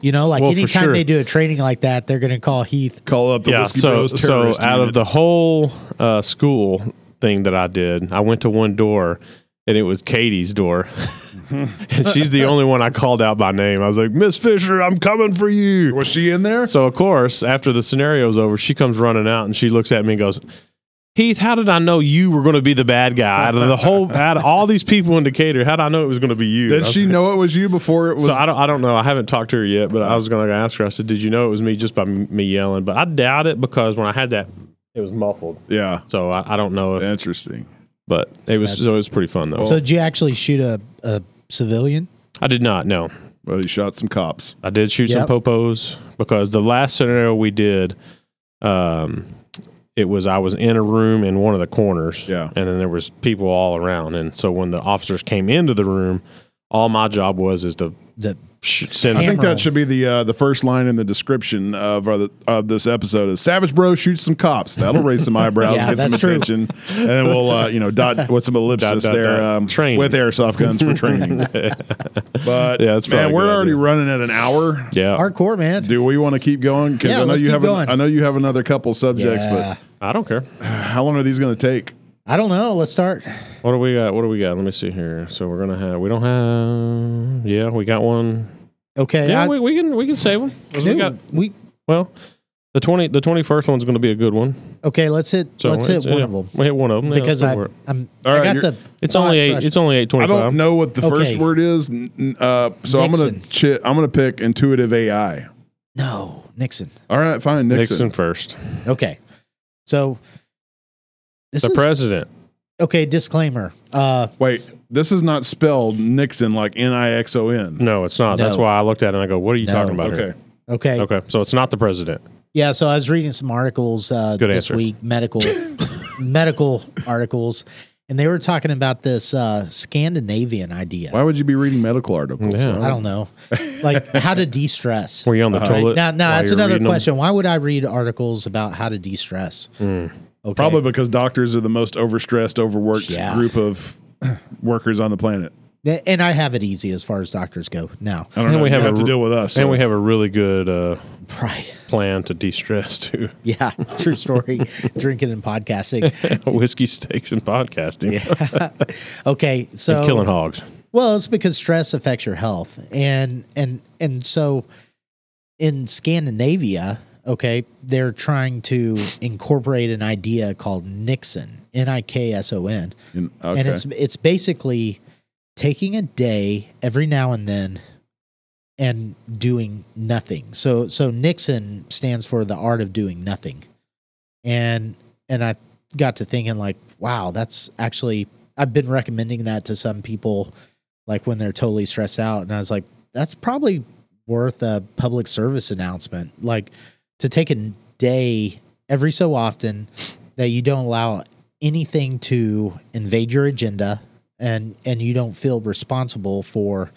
S2: You know, like
S1: Well, for
S2: anytime
S1: sure.
S2: they do a training like that, they're going to call Heath.
S5: Call up the
S1: yeah
S5: whiskey
S1: so
S5: bros.
S1: so
S5: terrorist
S1: out of
S5: unit.
S1: the whole uh, school thing that i did i went to one door and it was Katie's door. and she's the only one I called out by name. I was like, Miss Fisher, I'm coming for you.
S5: was she in there?
S1: So of course, after the scenario's over, she comes running out and she looks at me and goes, "Heath, how did I know you were going to be the bad guy out of the whole out of all these people in Decatur? How did I know it was going to be you?" And
S5: Did
S1: I was
S5: she know it was you before it was?
S1: so I don't, I don't know. I haven't talked to her yet, but I was going to ask her. I said, "Did you know it was me just by m- me yelling?" But I doubt it because when I had that, it was muffled.
S5: yeah.
S1: So I, I don't know if,
S5: Interesting.
S1: but it was so it was pretty fun though.
S2: So, did you actually shoot a, a civilian?
S1: I did not know.
S5: Well, he shot some cops.
S1: I did shoot
S2: Yep.
S1: some popos because the last scenario we did, um, it was I was in a room in one of the corners,
S5: Yeah.
S1: and then there was people all around, and so when the officers came into the room, all my job was is to
S2: The,
S1: sh- send.
S5: I think
S2: Emerald.
S5: that should be the uh, the first line in the description of our, of this episode is Savage Bro shoots some cops. That'll raise some eyebrows,
S2: Yeah,
S5: get some
S2: that's true.
S5: attention, and then we'll uh, you know dot with some
S1: Dot,
S5: ellipsis
S1: dot,
S5: there
S1: dot.
S5: um,
S1: Train.
S5: with airsoft guns for training. but
S1: Yeah, that's probably
S5: man,
S1: a
S5: we're
S1: good
S5: already
S1: idea.
S5: running at an hour.
S1: yeah,
S2: hardcore, man.
S5: Do we want to keep going? Because
S2: Yeah,
S5: I know
S2: let's
S5: you
S2: keep
S5: have
S2: going.
S5: I know you have another couple subjects,
S2: yeah.
S1: I don't care.
S5: but how long are these going to take?
S2: I don't know. Let's start.
S1: What do we got? What do we got? Let me see here. So we're gonna have. We don't have. Yeah, we got one.
S2: Okay.
S1: Yeah,
S2: I-
S1: we, we can we can save them. we
S2: dude,
S1: got
S2: we-
S1: well. The twenty the twenty first one's gonna be a good one.
S2: okay, let's hit
S1: So
S2: let's hit
S1: it's-
S2: one
S1: yeah,
S2: of them
S1: We hit one of them
S2: because I, I'm
S5: All right,
S2: I got
S5: you're-
S2: the
S1: It's
S2: thought
S1: only eight.
S2: fresh.
S1: It's only eight
S5: I
S1: twenty-five.
S5: don't know what the
S2: Okay.
S5: first word is, n- n- uh, so I'm
S2: Nixon.
S5: gonna chi- I'm gonna pick intuitive AI.
S2: no Nixon.
S5: All right, fine,
S1: Nixon,
S5: Nixon.
S1: first.
S2: Okay, so this
S1: The
S2: is
S1: president.
S2: okay. Disclaimer. Uh,
S5: Wait, this is not spelled Nixon like N I X O N.
S1: No, it's not. That's
S2: No.
S1: why I looked at it and I go, "What are you
S2: No.
S1: talking about?"
S5: Okay.
S1: here?"
S2: okay,
S1: Okay. So it's not the president.
S2: Yeah, so I was reading some articles uh,
S1: Good
S2: this
S1: answer.
S2: week, medical medical articles, and they were talking about this uh, Scandinavian idea.
S5: Why would you be reading medical articles?
S1: Yeah.
S2: I don't know, like how to de stress.
S1: Were you on the
S2: Right?
S1: toilet?
S2: Now, now
S1: while
S2: that's
S1: you were
S2: another
S1: reading them?
S2: question. Why would I read articles about how to de stress?
S1: Hmm.
S2: Okay,
S5: Probably because doctors are the most overstressed, overworked
S2: Yeah.
S5: group of workers on the planet.
S2: and I have it easy as far as doctors go. Now,
S5: I don't
S1: And
S5: know.
S1: we
S5: We
S1: have
S5: have,
S1: a
S5: to
S1: r-
S5: deal with us.
S1: And
S5: so-
S1: we have a really good uh,
S2: right?
S1: plan to de-stress too.
S2: Yeah, true story. drinking and podcasting.
S1: Whiskey steaks and podcasting.
S2: Okay, so
S1: And killing hogs.
S2: Well, it's because stress affects your health, and and and so in Scandinavia, okay, they're trying to incorporate an idea called Nixon, N I K S O N,
S5: And-
S2: and
S5: okay.
S2: it's it's basically taking a day every now and then and doing nothing. So so Nixon stands for the art of doing nothing. And and I got to thinking like, wow, that's actually I've been recommending that to some people like when they're totally stressed out and I was like, that's probably worth a public service announcement like to take a day every so often that you don't allow anything to invade your agenda and and you don't feel responsible for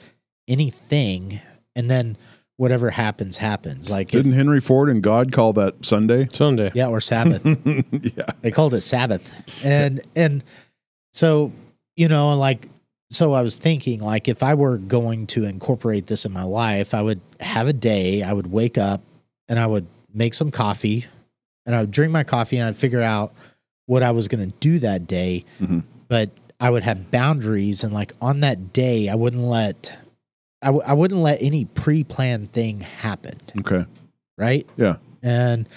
S2: anything and then whatever happens happens like if,
S5: Didn't Henry Ford and God call that Sunday?
S1: Sunday.
S2: yeah or sabbath
S5: yeah.
S2: they called it sabbath and and so you know like so I was thinking, like, if I were going to incorporate this in my life, I would have a day, I would wake up and I would make some coffee and I would drink my coffee and I'd figure out what I was going to do that day.
S5: Mhm.
S2: But I would have boundaries. And, like, on that day, I wouldn't let. I w- I wouldn't let any pre-planned thing happen,
S5: Okay.
S2: right?
S5: Yeah.
S2: And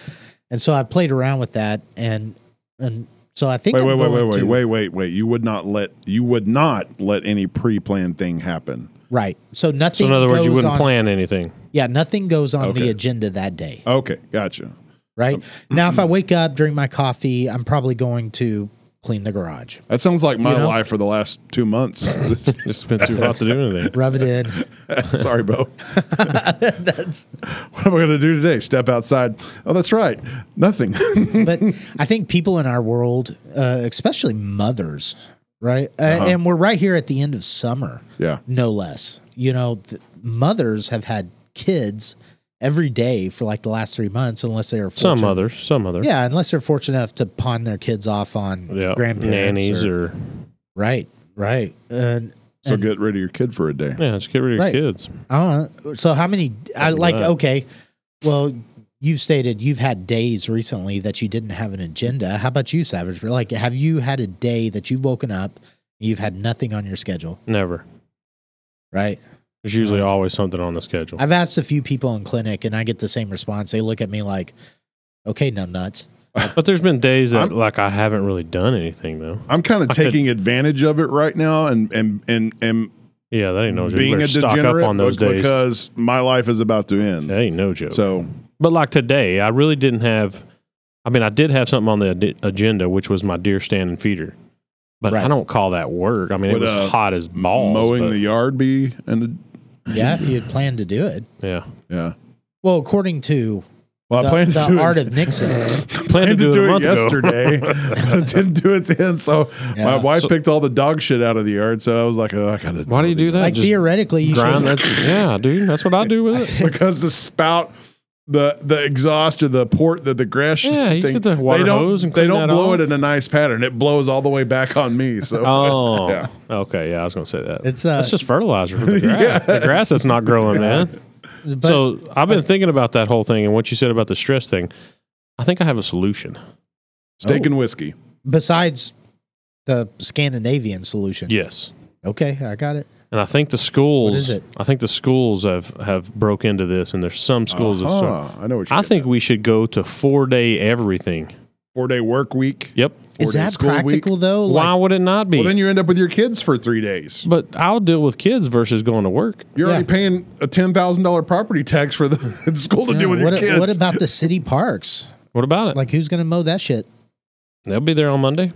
S2: and so I played around with that, and and so I think
S5: Wait,
S2: I'm
S5: wait, wait,
S2: going
S5: wait, wait,
S2: to-
S5: wait, wait, wait. You would not let you would not let any pre-planned thing happen.
S2: right. So
S1: So
S2: nothing.
S1: in other words, you
S2: goes
S1: wouldn't
S2: on-
S1: plan anything.
S2: Yeah, nothing goes on
S5: Okay. Oh.
S2: the agenda that day,
S5: Okay, gotcha.
S2: right? now, if I wake up, drink my coffee, I'm probably going to clean the garage,
S5: That sounds like my
S2: You know?
S5: life for the last two months.
S1: It's been too hot to do anything.
S2: rub it in.
S5: Sorry, Bo.
S2: That's,
S5: What am I going to do today? Step outside. Oh, that's right. Nothing.
S2: but I think people in our world, uh, especially mothers, right? Uh, and we're right here at the end of summer,
S5: yeah.
S2: no less. You know, th- mothers have had kids every day for like the last three months, unless they are
S1: Some
S2: fortunate-
S1: others, some others.
S2: Yeah, unless they're fortunate enough to pawn their kids off on
S1: Yeah.
S2: grandparents
S1: Nannies
S2: or,
S1: or,
S2: right, right. And
S5: So get rid of your kid for a day.
S1: yeah, just get rid of
S2: Right.
S1: your kids.
S2: Uh, so how many? I
S1: Something
S2: like
S1: like that.
S2: okay. Well, you've stated you've had days recently that you didn't have an agenda. How about you, Savage? Like, have you had a day that you've woken up, you've had nothing on your schedule,
S1: Never.
S2: right?
S1: There's usually always something on the schedule.
S2: I've asked a few people in clinic, and I get the same response. They look at me like, "Okay, no nuts."
S1: But there's been days that
S5: I'm-
S1: like I haven't really done anything though.
S5: I'm kind of
S1: I could-
S5: taking advantage of it right now and and and and
S1: Yeah, that ain't no joke.
S5: being
S1: Being
S5: a
S1: stock up
S5: degenerate
S1: on those
S5: be-
S1: days.
S5: because my life is about to end.
S1: That ain't no joke.
S5: So
S1: but like today, I really didn't have. I mean, I did have something on the ad- agenda, which was my deer stand and feeder. But
S2: Right.
S1: I don't call that work. I mean,
S5: Would,
S1: it was
S5: uh,
S1: hot as balls.
S5: mowing
S1: but-
S5: the yard be and
S2: Yeah, if you had planned to do it.
S1: yeah,
S5: yeah.
S2: Well, according to
S5: Well, I
S2: the,
S5: planned to
S2: the
S5: do
S2: art
S5: it.
S2: of Nixon,
S5: planned to
S1: it a
S5: do it,
S1: month ago.
S5: yesterday, but I didn't do it then. So my
S2: Yeah.
S5: wife picked all the dog shit out of the yard. So I was like, oh, I gotta.
S1: Why do you do that?
S2: like
S1: Just
S2: theoretically, you
S1: grind
S2: should,
S1: that. Yeah, dude, that's what I do with it.
S5: because the spout the the exhaust or the port that the gresh
S1: Yeah, you
S5: thing,
S1: get the water
S5: they don't,
S1: hose and
S5: they
S1: clean
S5: don't
S1: that
S5: blow
S1: off.
S5: it in a nice pattern it blows all the way back on me so
S1: Oh,
S5: Yeah.
S1: okay. Yeah, I was gonna say that.
S2: It's, uh,
S1: that's just fertilizer for the grass. The grass that's not growing, man.
S2: but
S1: so I've been thinking about that whole thing and what you said about the stress thing. I think I have a solution.
S5: steak and whiskey
S2: besides the Scandinavian solution,
S1: Yes,
S2: okay, I got it.
S1: and I think the schools.
S2: What is it?
S1: I think the schools have have broke into this, and there's some schools. Of some,
S5: Uh-huh. i know what you're
S1: I
S5: getting
S1: think we should go to four day everything.
S5: at. four day work week
S1: Yep.
S5: four
S2: Is
S5: day
S2: that
S5: school
S2: practical
S5: week.
S2: though?
S1: Why would it not be?
S5: well then you end up with your kids for three days
S1: but I'll deal with kids versus going to work.
S5: you're already
S2: Yeah.
S5: paying a $10000 property tax for the the school to
S2: Yeah,
S5: do with
S2: what,
S5: your kids
S2: what about the city parks?
S1: What about it?
S2: Like, who's going to mow that shit?
S1: They'll be there on Monday.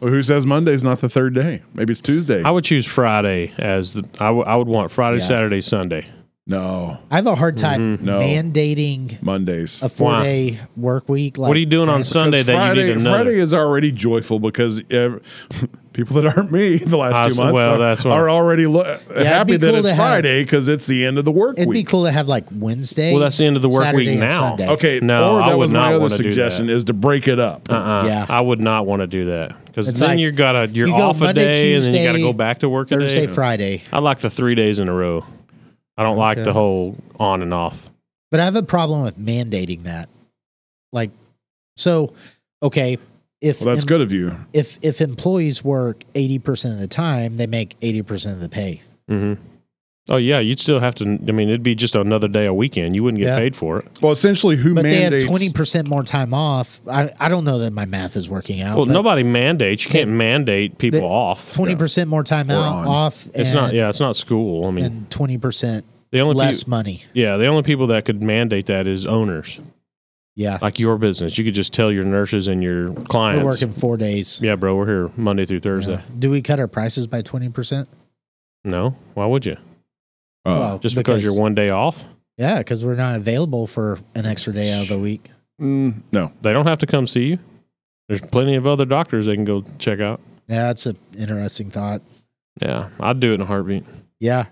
S5: Well, who says monday's not the third day maybe it's tuesday
S1: I would choose Friday as the. I would- I would want Friday,
S2: Yeah.
S1: Saturday, Sunday.
S5: no
S2: I have a hard
S1: Mm-hmm.
S2: time
S5: No.
S2: mandating
S5: mondays
S2: a four day work week. Like
S1: what are you doing on
S2: France.
S1: Sunday that
S5: Friday,
S1: you need another?
S5: Friday is already joyful because ev- people that aren't me the last
S1: Ah,
S5: two
S1: so-
S5: months
S1: well,
S5: are,
S1: that's what-
S5: are already lo- happy
S2: be
S5: that
S2: cool
S5: it's
S2: to have-
S5: Friday because it's the end of the work
S2: It'd be
S5: week.
S2: cool to have like Wednesday.
S1: Well, that's the end of the work
S2: Saturday
S1: week
S2: and
S1: now.
S2: Sunday.
S5: Okay,
S1: No,
S5: or
S1: I
S5: that
S1: would
S5: was
S1: not
S5: my other
S1: wanna do that.
S5: suggestion is to break it up.
S1: Uh-uh.
S2: Yeah.
S1: I would not want to do that because
S2: It's
S1: then
S2: like,
S1: you're gotta you're
S2: you go
S1: off a
S2: Monday,
S1: day and then you gotta
S2: Tuesday,
S1: go back to work a
S2: Thursday,
S1: day.
S2: Friday.
S1: I like the three days in a row. I don't like
S2: Okay.
S1: the whole on and off.
S2: But I have a problem with mandating that. Like, so, okay. If
S5: Well, that's
S2: em-
S5: good of you.
S2: If if employees work eighty percent of the time, they make eighty percent of the pay.
S1: hmm Oh yeah, you'd still have to. I mean, it'd be just another day a weekend. You wouldn't get
S2: Yeah.
S1: paid for it.
S5: Well, essentially, who
S2: But they
S5: mandates?
S2: have twenty percent more time off. I, I don't know that my math is working out.
S1: Well,
S2: but-
S1: nobody mandates. You can't
S2: They-
S1: mandate people
S2: they-
S1: off.
S2: twenty percent more time
S5: Or
S2: out,
S5: on.
S2: off. And,
S1: it's not. Yeah, it's not school. I mean,
S2: and twenty percent
S1: the only
S2: less
S1: peop-
S2: money.
S1: yeah, the only people that could mandate that is owners,
S2: Yeah,
S1: like your business. You could just tell your nurses and your
S2: we're
S1: clients.
S2: working four days.
S1: Yeah, bro, we're here Monday through Thursday.
S2: Yeah. Do we cut our prices by twenty percent?
S1: No, why would you?
S5: Uh,
S1: Just because you're one day off,
S2: Yeah, because we're not available for an extra day out of the week.
S5: mm, no,
S1: they don't have to come see you. There's plenty of other doctors they can go check out.
S2: Yeah, that's an interesting thought.
S1: Yeah, I'd do it in a heartbeat.
S2: Yeah.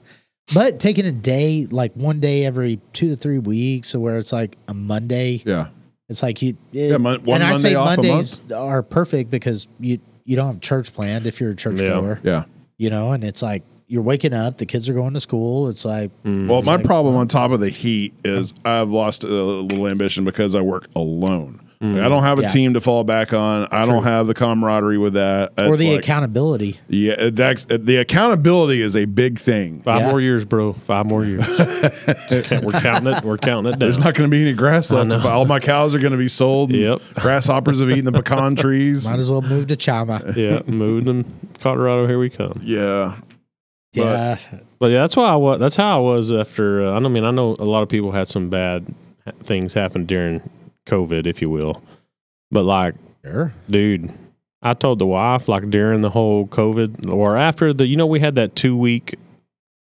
S2: But taking a day, like one day every two to three weeks, so where it's like a Monday,
S5: yeah,
S2: it's like you. It,
S5: yeah. Mon- one
S2: and I
S5: Monday
S2: say
S5: off a
S2: Mondays
S5: month.
S2: are perfect because you you don't have church planned if you're a church goer,
S5: Yeah.
S2: you know, and it's like you're waking up, the kids are going to school. Mm. It's like,
S1: Mm.
S5: Well, my
S2: like-
S5: problem on top of the heat is I've lost a little ambition because I work alone. Like, I don't have a
S2: Yeah.
S5: team to fall back on. I don't have the camaraderie with that.
S2: or
S5: It's
S2: the
S5: like-
S2: accountability.
S5: Yeah, that's the accountability is a big thing.
S1: Five
S2: Yeah.
S1: more years, bro. Five more years. It's okay. We're counting it. We're counting it down.
S5: There's not going to be any grass left.
S1: know.
S5: If all my cows are going to be sold. and
S1: Yep.
S5: Grasshoppers have eaten the pecan trees.
S2: Might as well move to Chama.
S1: yeah, moving them. Colorado, here we come.
S5: Yeah.
S2: yeah.
S1: But yeah, that's why I was. That's how I was after. Uh, I don't mean I know a lot of people had some bad ha- things happen during COVID, if you will. But like,
S2: Sure.
S1: dude, I told the wife like during the whole COVID or after the, you know, we had that two week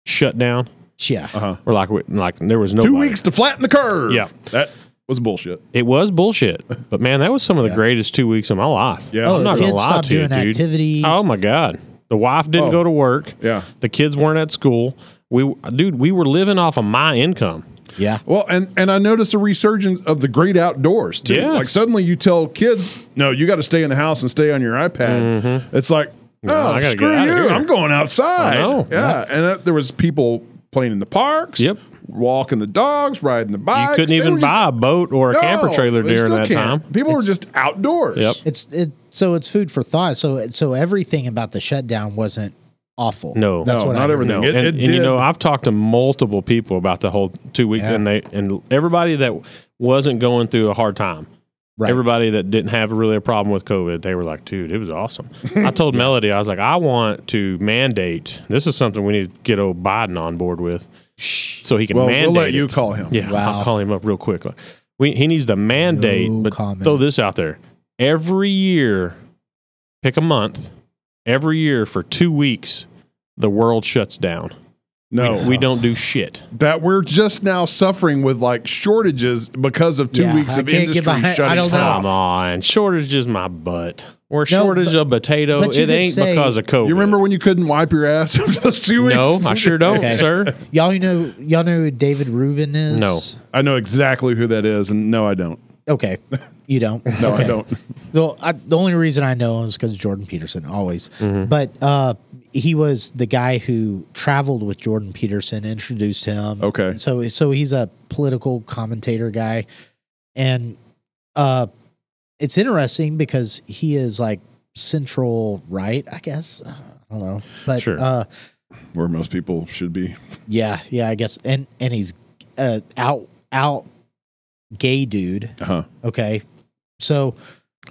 S1: shutdown,
S2: Yeah.
S5: Uh-huh.
S1: or like we, like there was no
S5: Two weeks to flatten the curve.
S1: Yeah.
S5: That was bullshit.
S1: It was bullshit, but man, that was some of the greatest two weeks of my life.
S5: Yeah.
S2: Oh,
S5: I'm
S2: the
S1: not gonna
S2: kids
S1: lie
S2: stopped
S1: to you,
S2: doing
S1: dude.
S2: activities.
S1: Oh my god, the wife didn't
S5: Oh.
S1: go to work.
S5: Yeah.
S1: The kids weren't at school. We, dude, we were living off of my income.
S2: yeah.
S5: Well, and and I noticed a resurgence of the great outdoors too.
S1: Yes.
S5: Like suddenly you tell kids, no, you got to stay in the house and stay on your iPad. It's like, oh,
S1: Mm-hmm. I gotta get
S5: screw
S1: outta
S5: you,
S1: here.
S5: I'm going outside.
S1: I know.
S5: Yeah, and uh, there was people playing in the parks.
S1: Yep.
S5: walking the dogs, riding the
S1: You
S5: bikes.
S1: couldn't
S5: Uh, They were
S1: even
S5: just-
S1: buy a boat or a
S5: No,
S1: camper trailer
S5: they
S1: during
S5: still
S1: that
S5: can't.
S1: time.
S5: People were just outdoors.
S1: Yep.
S2: It's it. So it's food for thought. So so everything about the shutdown wasn't awful.
S1: No.
S2: that's
S5: No,
S2: what
S5: not
S2: I
S5: everything.
S2: remember.
S5: It-
S1: Oh, and,
S5: it
S1: and, you
S5: did.
S1: know, I've talked to multiple people about the whole two week,
S2: Yeah.
S1: and they and everybody that wasn't going through a hard time,
S2: Right.
S1: everybody that didn't have really a problem with COVID, they were like, "Dude, it was awesome." I told Melody, I was like, "I want to mandate. This is something we need to get old Biden on board with, so he can
S5: Well,
S1: mandate."
S5: we'll let you
S1: it."
S5: call him.
S1: Yeah,
S2: Wow.
S1: I'll call him up real quick. We, he needs to mandate,
S2: No
S1: but
S2: comment.
S1: throw this out there. Every year, pick a month, every year for two weeks, the world shuts down.
S5: No,
S1: We don't do shit.
S5: that we're just now suffering with like shortages because of two
S2: Yeah,
S5: weeks
S2: I
S5: of
S2: can't get
S5: industry
S2: behind- I
S5: shutting
S2: don't know.
S5: off.
S1: Come on. Shortage is my butt. Or shortage
S2: but-
S1: of potato.
S2: but you
S1: It
S2: did
S1: ain't
S2: say-
S1: because of COVID.
S5: You remember when you couldn't wipe your ass after those two weeks?
S1: No, I sure don't,
S2: Okay.
S1: sir.
S2: Y'all you know y'all know who David Rubin is.
S1: No.
S5: I know exactly who that is, and no, I don't.
S2: Okay. You don't.
S5: No,
S2: okay.
S5: I don't.
S2: Well, I, the only reason I know him is because Jordan Peterson always. But uh, he was the guy who traveled with Jordan Peterson, introduced him.
S5: Okay.
S2: And so so he's a political commentator guy, and uh, it's interesting because he is like central right, I guess. I don't know, but
S1: Sure.
S2: uh,
S5: Where most people should be.
S2: yeah, yeah, I guess. And and he's uh, out out gay dude.
S5: Uh huh.
S2: Okay, so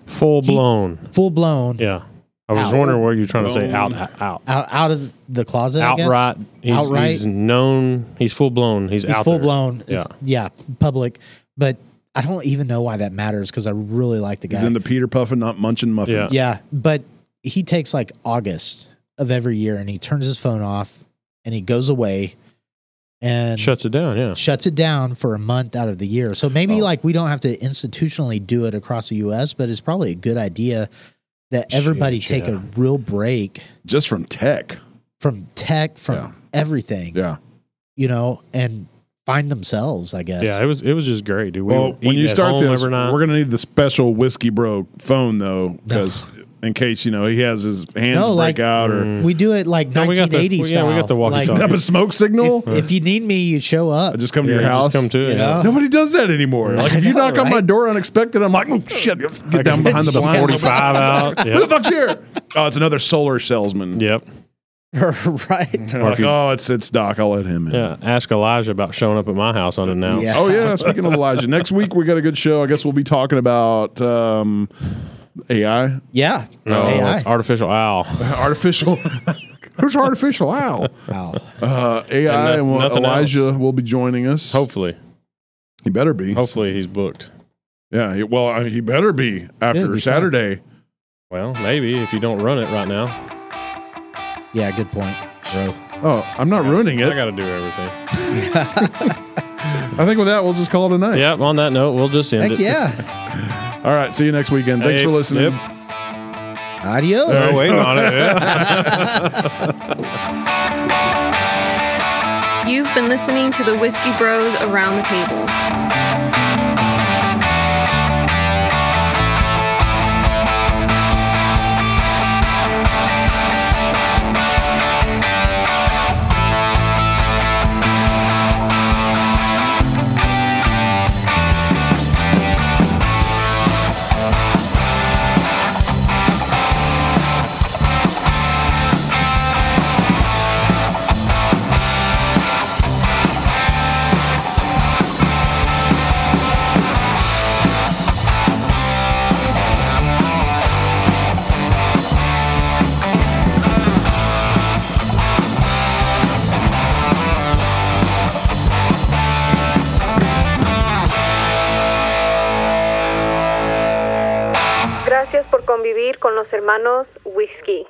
S1: Full blown.
S2: full blown.
S1: Yeah. I was
S2: Out.
S1: wondering what you're trying to say. Out,
S5: Blown.
S1: out.
S2: Out, out of the closet, I guess?
S1: Outright. He's,
S2: Outright.
S1: He's known. He's full blown. He's,
S2: He's
S1: out
S2: full
S1: there.
S2: blown. Yeah. yeah, public. But I don't even know why that matters because I really like the guy.
S5: He's into Peter Puffin, not munching muffins.
S2: yeah, but he takes like August of every year and he turns his phone off and he goes away and
S1: Shuts it down. Oh. Yeah.
S2: shuts it down for a month out of the year. So maybe like we don't have to institutionally do it across the U.S., but it's probably a good idea that everybody
S1: Huge,
S2: take
S1: yeah.
S2: a real break
S5: Just from tech.
S2: from tech, from
S5: Yeah.
S2: everything,
S5: Yeah.
S2: you know, and find themselves. I guess.
S1: Yeah, it was it was just great, dude. We
S5: Well,
S1: were
S5: when
S1: eating
S5: you
S1: at
S5: start
S1: home
S5: this,
S1: every night.
S5: we're going to need the special Whiskey Bro phone, though, because in case, you know, he has his hands
S2: No,
S5: break
S2: like-
S5: out or
S1: Mm.
S2: We do it like
S1: No, we got the-
S2: 1980s
S1: yeah,
S2: style.
S1: we got the
S2: Like,
S1: walkie-talkie.
S5: put up a smoke signal.
S2: if, if you need me, you show up.
S5: I just come
S1: Yeah,
S5: to
S1: you
S5: your house.
S1: Just come to it.
S2: you
S1: yeah.
S2: know?
S5: Nobody does that anymore. Like if you
S2: know,
S5: knock on my
S2: right?
S5: door unexpected, I'm like, oh shit, get down behind the
S2: Yeah.
S5: blind.
S1: 45 out.
S5: Who the
S1: Yep.
S5: fuck's here? Oh, it's another solar salesman.
S1: yep.
S2: right.
S5: And I'm like, oh, it's it's Doc. I'll let him in.
S1: Yeah. Ask Elijah about showing up at my house on an now.
S2: Yeah.
S5: Oh yeah. Speaking of Elijah, next week we got a good show. I guess we'll be talking about um, AI,
S2: Yeah.
S1: No,
S2: AI.
S1: it's artificial owl.
S5: artificial. Who's artificial? Wow.
S2: Wow.
S5: Uh, AI
S1: And
S5: and,
S1: noth-
S5: we'll-
S1: nothing
S5: Elijah will be joining us.
S1: Hopefully.
S5: he better be.
S1: Hopefully he's booked.
S5: Yeah. he- Well, I mean, he better be
S2: It'll
S5: after
S2: be fun.
S5: Saturday.
S1: Well, maybe if you don't run it right now.
S2: Yeah. Good point, bro.
S5: Oh, I'm not ruining
S1: I
S5: it.
S1: got to do everything.
S5: I think with that, we'll just call it a night.
S1: Yep. On that note, we'll just end
S2: Heck
S1: it.
S2: yeah.
S5: All right. See you next weekend. Thanks
S1: Hey,
S5: for listening. Oh,
S1: Yep.
S2: Adios.
S1: They're waiting on it. yeah.
S4: You've been listening to the Whiskey Bros Around the Table.
S3: Gracias por convivir con los hermanos Whiskey.